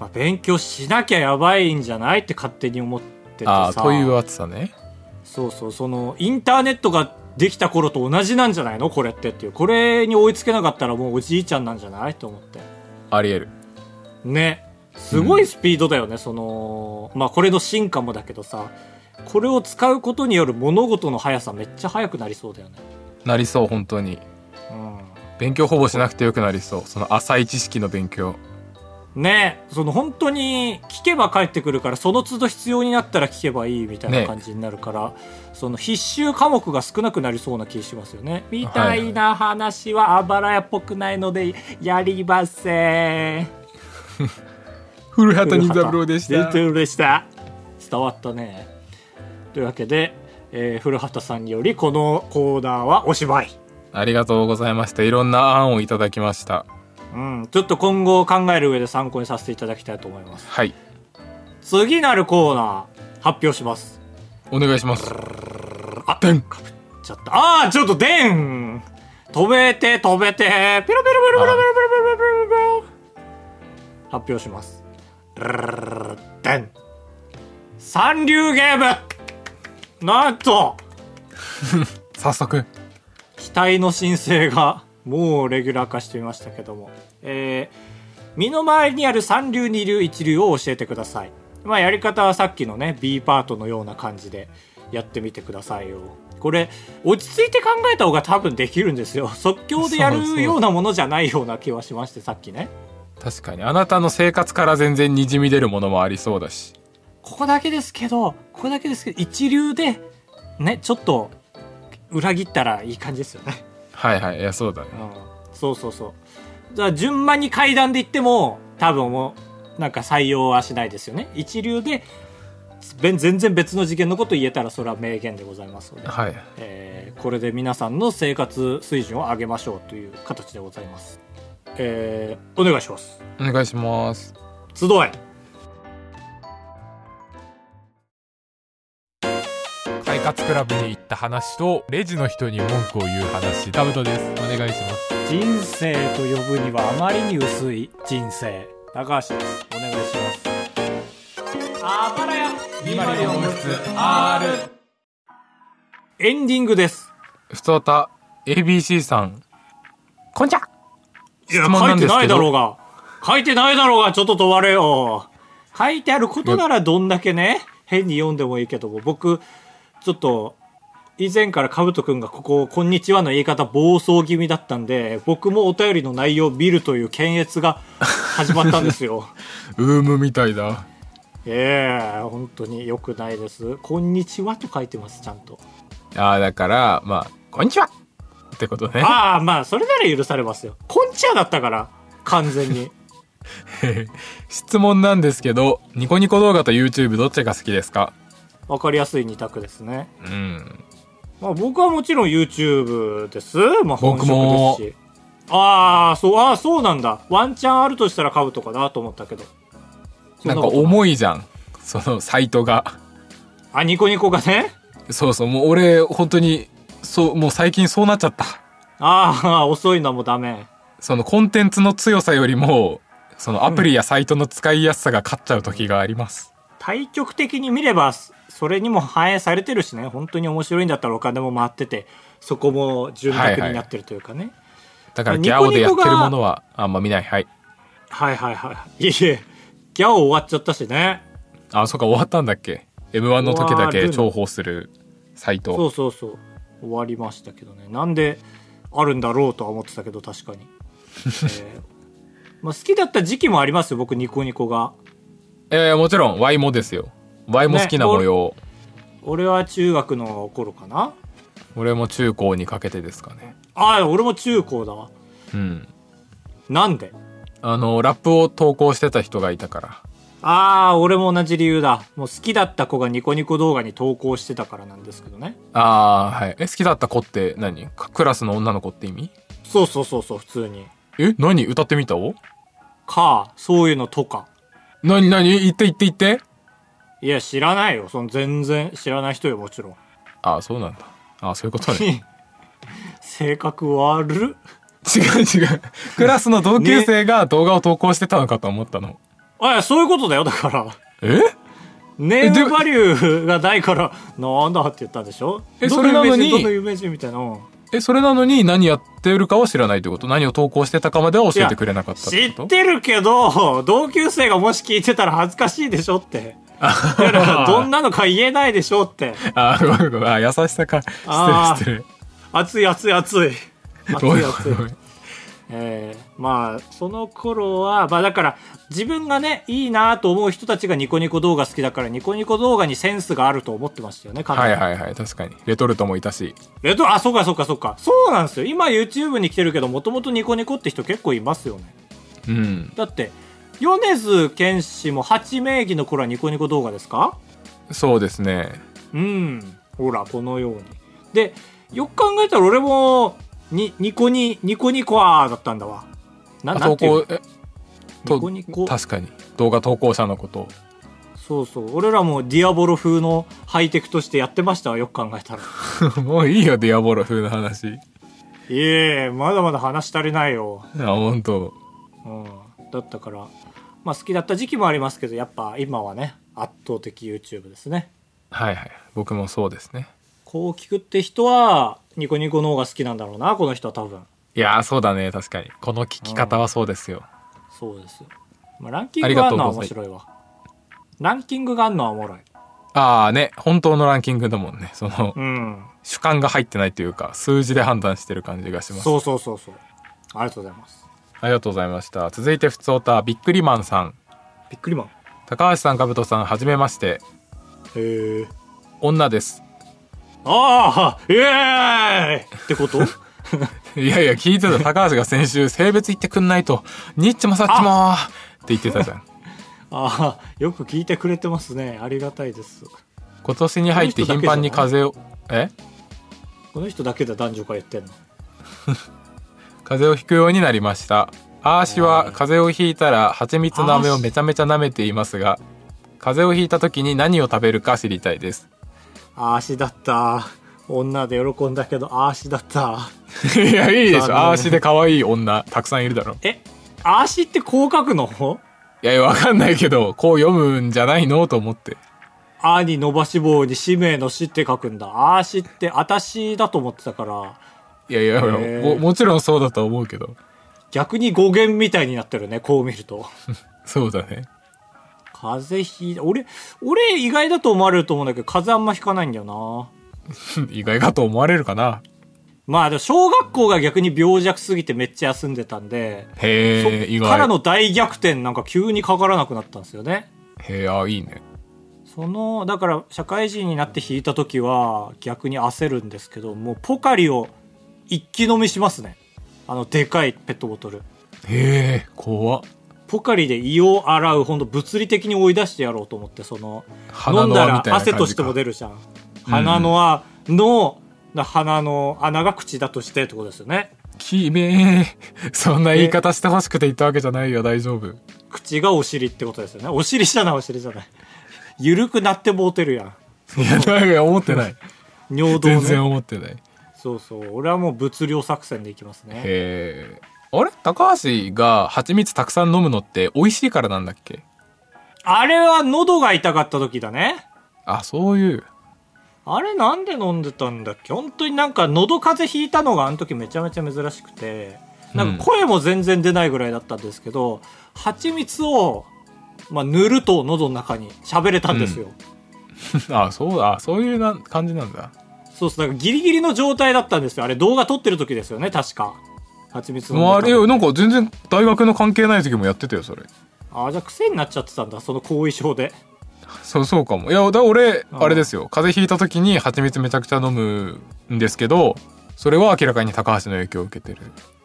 Speaker 2: まあ、勉強しなきゃやばいんじゃないって勝手に思ってて
Speaker 1: あ
Speaker 2: さ
Speaker 1: あという暑さね
Speaker 2: そうそうそのインターネットができた頃と同じなんじゃないのこれってっていうこれに追いつけなかったらもうおじいちゃんなんじゃないと思って
Speaker 1: ありえる
Speaker 2: ねすごいスピードだよね、そのまあこれの進化もだけどさこれを使うことによる物事の速さめっちゃ速くなりそうだよね
Speaker 1: なりそう本当に勉強ほぼしなくてよくなりそうその浅い知識の勉強
Speaker 2: うんねその本当に聞けば返ってくるからその都度必要になったら聞けばいいみたい
Speaker 1: ね
Speaker 2: な感じになるから、その必修科目が少なくなりそうな気しますよねみたいな話はあばらやっぽくないのでやりません
Speaker 1: 古畑任三郎でし
Speaker 2: 古
Speaker 1: た
Speaker 2: 畑でした伝わったねというわけで、えー古畑さんによりこのコーナーはおしまい
Speaker 1: ありがとうございましたいろんな案をいただきました
Speaker 2: うん、ちょっと今後を考える上で参考にさせていただきたいと思います
Speaker 1: はい
Speaker 2: 次なるコーナー発表します
Speaker 1: お願いします
Speaker 2: あ
Speaker 1: でん
Speaker 2: ちょっと、ああ、ちょっと、でん止めて、止めて、ピロピロピロピロピロピロピロピロピロ発表します。でん三流ゲームなんと、
Speaker 1: 早速
Speaker 2: 期待の申請が、 <laughs> もうレギュラー化してみましたけども。えー身の回りにある三流、二流、一流を教えてください。まあ、やり方はさっきのね、B パートのような感じでやってみてくださいよ。これ、落ち着いて考えた方が多分できるんですよ。 <laughs> 即興でや
Speaker 1: そうそう
Speaker 2: るようなものじゃないような気はしまして、さっきね。
Speaker 1: 確かにあなたの生活から全然にじみ出るものもありそうだし
Speaker 2: ここだけですけど、ここだけですけど、一流で、ね、ちょっと、裏切ったらいい感じですよね。
Speaker 1: はいはいいやそうだね
Speaker 2: うんそうそうそう。じゃあ順番に階段で行っても、多分もう、なんか採用はしないですよね。一流で、べん全然別の次元のこと言えたら、それは名言でございます
Speaker 1: <laughs>
Speaker 2: ので、
Speaker 1: はい
Speaker 2: えーこれで皆さんの生活水準を上げましょうという形でございます。えーお願いします。
Speaker 1: お願いします
Speaker 2: 集え
Speaker 1: 快活クラブに行った話とレジの人に文句を言う話タブトですお願いします
Speaker 2: 人生と呼ぶにはあまりに薄い人生。高橋です。お願いします。あばらや
Speaker 1: R
Speaker 2: エンディングです
Speaker 1: ふつおた ABC さんこんにちはい
Speaker 2: や
Speaker 1: 質問
Speaker 2: 書
Speaker 1: ないん
Speaker 2: て
Speaker 1: ですけど
Speaker 2: ないだろうが書いてないだろうがちょっと問われよ書いてあることならどんだけね変に読んでもいいけども僕ちょっと以前からかぶとくんがここ「こんにちは」の言い方暴走気味だったんで僕もお便りの内容を見るという検閲 <laughs> が始まったんですよ <laughs>
Speaker 1: ウームみたいだ
Speaker 2: ええ本当に良くないです「こんにちは」と書いてますちゃんと
Speaker 1: あーだからまあこんにちはってことね
Speaker 2: ああまあそれなら許されますよ「こんちゃ」だったから完全に
Speaker 1: 質問なんですけどニコニコ動画と YouTube どっちが好きですか
Speaker 2: わかりやすい二択ですね
Speaker 1: うん
Speaker 2: まあ、僕はもちろん YouTube です。まあ、本
Speaker 1: 僕
Speaker 2: 職
Speaker 1: も
Speaker 2: ですし。ああ、そう、ああ、そうなんだ。ワンチャンあるとしたら株とかなと思ったけど。
Speaker 1: なんか
Speaker 2: い。
Speaker 1: 重いじゃんそのサイトが
Speaker 2: あ、ニコニコがね。
Speaker 1: そうそうもう俺本当にそうもう最近そうなっちゃった
Speaker 2: ああ、遅いのもダメ。
Speaker 1: そのコンテンツの強さよりもそのアプリやサイトの使いやすさが勝っちゃう時があります、
Speaker 2: 対局的に見れば、そそれにも反映されてるしね。本当に面白いんだったらお金も回ってて、そこも潤沢になってるというかね。
Speaker 1: だから
Speaker 2: あ
Speaker 1: ギャオでやって
Speaker 2: ニコニコ
Speaker 1: る
Speaker 2: が
Speaker 1: ものはあんま見ないはい
Speaker 2: はいはいはい。いえいえ、ギャオ終わっちゃったしね。
Speaker 1: あそうか終わったんだっけ m 1の時だけ重宝するサイ
Speaker 2: そ
Speaker 1: ト
Speaker 2: うそうそう。終わりましたけどね。なんであるんだろうとは思ってたけど、確かに。えーまあ、好きだった時期もありますよ、僕、ニコニコが。
Speaker 1: えー、もちろん Y もですよ Y も好きな模様、
Speaker 2: 俺は中学の頃かな。
Speaker 1: 俺も中高にかけてですかね
Speaker 2: ああ、俺も中高だわ。
Speaker 1: うん
Speaker 2: なんで
Speaker 1: あのラップを投稿してた人がいたから
Speaker 2: ああ、俺も同じ理由だ。もう好きだった子がニコニコ動画に投稿してたからなんですけどね。
Speaker 1: あーはいえ好きだった子って何かクラスの女の子って意味
Speaker 2: そうそうそうそう、普通に。
Speaker 1: え何歌ってみたお
Speaker 2: か、そういうのとか。
Speaker 1: 何何言って言って言って
Speaker 2: いや、知らないよ。その全然知らない人よ、もちろん。
Speaker 1: ああそうなんだああそういうこと
Speaker 2: <laughs>
Speaker 1: ね
Speaker 2: 性格悪っ。
Speaker 1: 違う違うクラスの同級生が動画を投稿してたのかと思ったの、
Speaker 2: あいやそういうことだよだから
Speaker 1: え
Speaker 2: ネー
Speaker 1: で
Speaker 2: ムバリューがないからなんだって言ったんでしょ
Speaker 1: え
Speaker 2: ど
Speaker 1: それなのに
Speaker 2: 有名人どの有名人みたいなの
Speaker 1: えそれなのに何やってるかを知らないってこと何を投稿してたかまでは教えてくれなかったっ
Speaker 2: 知
Speaker 1: てこと
Speaker 2: ってるけど同級生がもし聞いてたら恥ずかしいでしょ
Speaker 1: <laughs>
Speaker 2: ってだからどんなのか言えないでしょって
Speaker 1: あーごめんごめんあー優しさか
Speaker 2: あー
Speaker 1: 失礼失
Speaker 2: 熱い熱い熱
Speaker 1: <laughs>
Speaker 2: い熱
Speaker 1: 礼ごめ
Speaker 2: い
Speaker 1: ん
Speaker 2: 熱
Speaker 1: ご
Speaker 2: い
Speaker 1: めんごめん
Speaker 2: えーまあその頃はまあだから自分がねいいなと思う人たちがニコニコ動画好きだからニコニコ動画にセンスがあると思ってましたよね彼
Speaker 1: はいはいはい確かにレトルトもいたし
Speaker 2: レトロ、あ、そうかそうかそうか。そうなんですよ。今 YouTube に来てるけど、もともとニコニコって人結構いますよね。
Speaker 1: うん
Speaker 2: だって、米津玄師も八名義の頃はニコニコ動画ですか
Speaker 1: そうですね
Speaker 2: うん。ほら、このように。で、よく考えたら俺も、に、ニコニ、ニコニコアーだったんだわ。な、
Speaker 1: あ
Speaker 2: なん
Speaker 1: 投
Speaker 2: ていう
Speaker 1: 稿
Speaker 2: の
Speaker 1: えと
Speaker 2: ニコニコ。
Speaker 1: 確かに動画投稿者のこと <laughs>
Speaker 2: そうそう。俺らもディアボロ風のハイテクとしてやってましたわ、よく考えたら。
Speaker 1: をもういいよディアボロ風の話
Speaker 2: いえいえ、まだまだ話足りないよ。
Speaker 1: あ本当
Speaker 2: うん、だったから、まあ、好きだった時期もありますけどやっぱ今はね圧倒的 YouTube ですね
Speaker 1: はいはい僕もそうですね
Speaker 2: こう聞くって人はニコニコの方が好きなんだろうなこの人は多分
Speaker 1: いやーそうだね確かにこの聞き方はそうですよ、
Speaker 2: そうですよ、まあ、ランキングがあるのは
Speaker 1: ありがとうご
Speaker 2: 面
Speaker 1: ざい
Speaker 2: 白いわランキングがあるのはおもろい
Speaker 1: ああね本当のランキングだもんねその、 <laughs>
Speaker 2: うん
Speaker 1: 主観が入ってないというか数字で判断してる感じがします
Speaker 2: そうそうそうそうありがとうございます
Speaker 1: ありがとうございました続いてふつおたびっくりマンさん
Speaker 2: びっくりマン
Speaker 1: 高橋さんかぶとさんはじめまして
Speaker 2: へえ
Speaker 1: 女です
Speaker 2: ああイエーイってこと
Speaker 1: いやいや聞いてた高橋が先週性別言ってくんないとニッチもサッチもって言ってたじゃん
Speaker 2: ああよく聞いてくれてますねありがたいです
Speaker 1: 今年に入って頻繁に風邪をえ
Speaker 2: この人だけで男女が言ってんの
Speaker 1: 風邪をひくようになりましたアーシは風邪をひいたら蜂蜜の飴をめちゃめちゃ舐めていますが風邪をひいた時に何を食べるか知りたい
Speaker 2: <laughs>
Speaker 1: です
Speaker 2: あーしだった。女で喜んだけど、あーしだった。
Speaker 1: いやいいでしょ
Speaker 2: 残念
Speaker 1: アーシで可愛い女たくさんいるだろ
Speaker 2: え、あーしってこう書くの
Speaker 1: いやいや、わかんないけど、こう読むんじゃないのと思って。
Speaker 2: あに伸ばし棒に氏名の死って書くんだ。あー死って、あたしだと思ってたから、
Speaker 1: いやいやいや、
Speaker 2: へー
Speaker 1: ももちろんそうだと思うけど。
Speaker 2: 逆に語源みたいになってるね、こう見ると。
Speaker 1: そうだね。 <laughs>
Speaker 2: 風邪ひいた。俺、俺意外だと思われると思うんだけど、風邪あんまひかないんだよな。
Speaker 1: 意外かと思われるかな。
Speaker 2: まあでも小学校が逆に病弱すぎてめっちゃ休んでたんで、
Speaker 1: へえ、意
Speaker 2: そっから
Speaker 1: 外。
Speaker 2: の大逆転なんか急にかからなくなったんですよね。
Speaker 1: へえ、あ、いいね。
Speaker 2: そのだから社会人になって引いた時は逆に焦るんですけどもうポカリを一気飲みしますねあのでかいペットボトル
Speaker 1: へえ、怖っ
Speaker 2: ポカリで胃を洗うほんと物理的に追い出してやろうと思ってその
Speaker 1: 鼻の
Speaker 2: 飲んだ
Speaker 1: 輪み
Speaker 2: ら
Speaker 1: たいな感じ
Speaker 2: 汗
Speaker 1: か
Speaker 2: としても出るじゃん鼻の輪の、な鼻の穴が口だとしてってことですよね
Speaker 1: きめえ。 <laughs> そんな言い方してほしくて言ったわけじゃないよ、大丈夫。
Speaker 2: 口がお尻ってことですよねお尻じゃないお尻じゃない緩くなってぼうてるやん
Speaker 1: いや、なんか思って
Speaker 2: <laughs>
Speaker 1: ない。
Speaker 2: 尿道
Speaker 1: 全然
Speaker 2: ね
Speaker 1: 思ってない。へ
Speaker 2: そうそう俺はもう物量作戦でいきますね
Speaker 1: え。あれ高橋が蜂蜜たくさん飲むのって美味しいからなんだっけ
Speaker 2: あれは喉が痛かった時だね。
Speaker 1: あ、そういう。 <laughs>
Speaker 2: あれなんで飲んでたんだっけ本当になんか喉風邪ひいたのがあの時めちゃめちゃ珍しくて、なんか声も全然出ないぐらいだったんですけど、蜂蜜を、まあ、塗ると喉の中に喋れたんですよ。
Speaker 1: あ、そうだ。あそういうな感じなんだ。
Speaker 2: そうそう、なんかギリギリの状態だったんですよ。あれ動画撮ってる時ですよね、確か。蜂蜜飲んで
Speaker 1: もう
Speaker 2: た
Speaker 1: あれよ、なんか全然大学の関係ない時もやってたよ、それ。
Speaker 2: あーじゃあ癖になっちゃってたんだ、その後遺症で。
Speaker 1: そう、そうかも。いや、だから俺、
Speaker 2: あー
Speaker 1: あれですよ。風邪ひいた時に蜂蜜めちゃくちゃ飲むんですけど、それは明らかに高橋の影響を受けてる。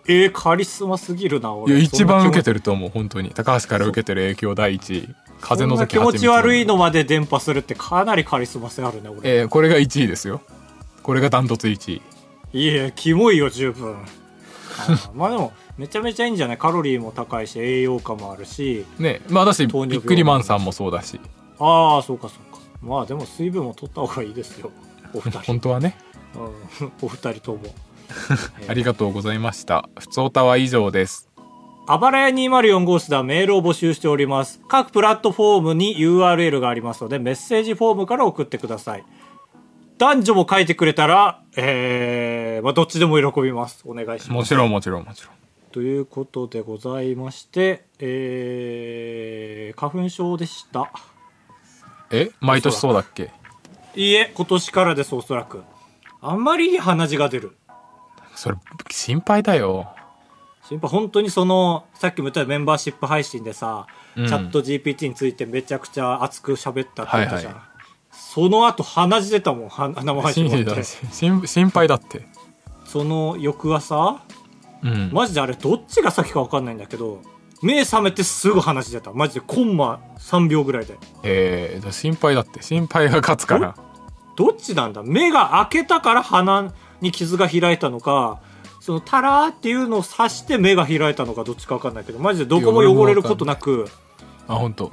Speaker 2: えー、カリスマすぎるな、
Speaker 1: い
Speaker 2: 俺。
Speaker 1: や、一番受け
Speaker 2: る
Speaker 1: てると思う、本当に。高橋から受けてる影響第一位。風の
Speaker 2: そんな
Speaker 1: 時
Speaker 2: 気持ち悪い
Speaker 1: の。
Speaker 2: のまで伝播するってかなりカリスマ性あるね俺
Speaker 1: えーこれが1位ですよ。これがダントツ1位。
Speaker 2: いえキモいよ十分あーまあでもめちゃめちゃいいんじゃないカロリーも高いし栄養価もあるし
Speaker 1: ねまあだし、
Speaker 2: 糖尿病
Speaker 1: びっくりマンさんもそうだし、
Speaker 2: ああそうかそうかまあでも水分も取った方がいいですよお二人、
Speaker 1: 本当はね、
Speaker 2: うん、お二人とも
Speaker 1: ありがとうございました。ふつおたは以上です。
Speaker 2: あばらや204号室ではメールを募集しております。各プラットフォームに URL がありますので、メッセージフォームから送ってください。男女も書いてくれたら、えー、まあ、どっちでも喜びます。お願いします。
Speaker 1: もちろんもちろんもちろん。
Speaker 2: ということでございまして、えー、花粉症でした。
Speaker 1: え毎年そうだっけ
Speaker 2: いいえ、今年からです、おそらく。あんまりいい鼻血が出る。
Speaker 1: それ、心配だよ。
Speaker 2: 心配、本当にその、さっきも言ったメンバーシップ配信でさ、
Speaker 1: うん
Speaker 2: チャット GPT についてめちゃくちゃ熱く喋ったって言ったじゃん。
Speaker 1: はい
Speaker 2: その後鼻血出たもん、は生配信終わって。
Speaker 1: 心心配だって。
Speaker 2: その翌朝、
Speaker 1: うん。
Speaker 2: マジであれどっちが先か分かんないんだけど、目覚めてすぐ鼻血出た。マジでコンマ3秒ぐらいで。
Speaker 1: えー、心配だって。心配が勝つから。
Speaker 2: どっちなんだ目が開けたから鼻に傷が開いたのか、そのタラーっていうのを刺して目が開いたのかどっちかわかんないけど、マジでどこも汚れることなく、
Speaker 1: あ、本当。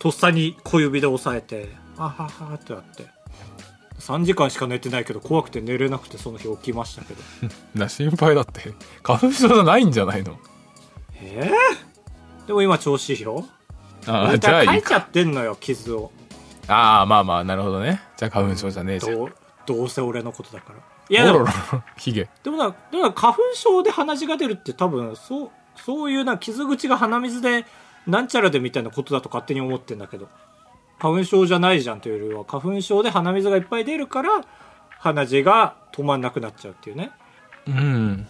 Speaker 2: とっさに小指で押さえて、あははってなって。3時間しか寝てないけど怖くて寝れなくてその日起きましたけど。
Speaker 1: な心配だって。花粉症じゃないんじゃないの
Speaker 2: えー、でも今調子いいよ。
Speaker 1: あ
Speaker 2: 大
Speaker 1: ー、じゃあ
Speaker 2: 体書
Speaker 1: いい
Speaker 2: いちゃってんのよ、傷を。
Speaker 1: ああまあまあなるほどねじゃあ花粉症じゃねえじゃん
Speaker 2: どう、どうせ俺のことだから。いやで
Speaker 1: おろ
Speaker 2: も
Speaker 1: ろろひげ
Speaker 2: でもな、でもな花粉症で鼻血が出るって多分、そう、そういうな、傷口が鼻水で、なんちゃらでみたいなことだと勝手に思ってんだけど。花粉症じゃないじゃんというよりは、花粉症で鼻水がいっぱい出るから、鼻血が止まんなくなっちゃうっていうね。
Speaker 1: うん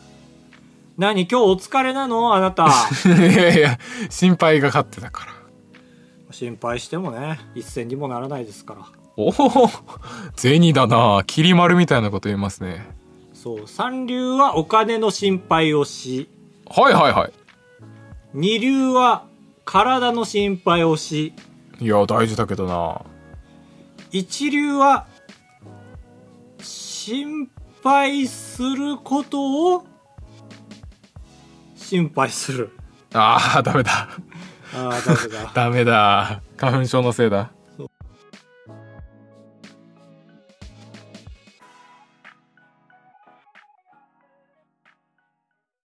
Speaker 2: 何今日お疲れなのあなた。
Speaker 1: いやいや心配が勝ってたから
Speaker 2: 心配してもね、一銭にもならないですから。
Speaker 1: おお銭だなきり丸みたいなこと言いますね
Speaker 2: そう、三流はお金の心配をし、
Speaker 1: はいはいは
Speaker 2: 二流は体の心配をし、
Speaker 1: いいや大事だけどな
Speaker 2: 一流は心配することを心配する
Speaker 1: あーダメだ
Speaker 2: ああダメだ
Speaker 1: ダメだ花粉症のせいだ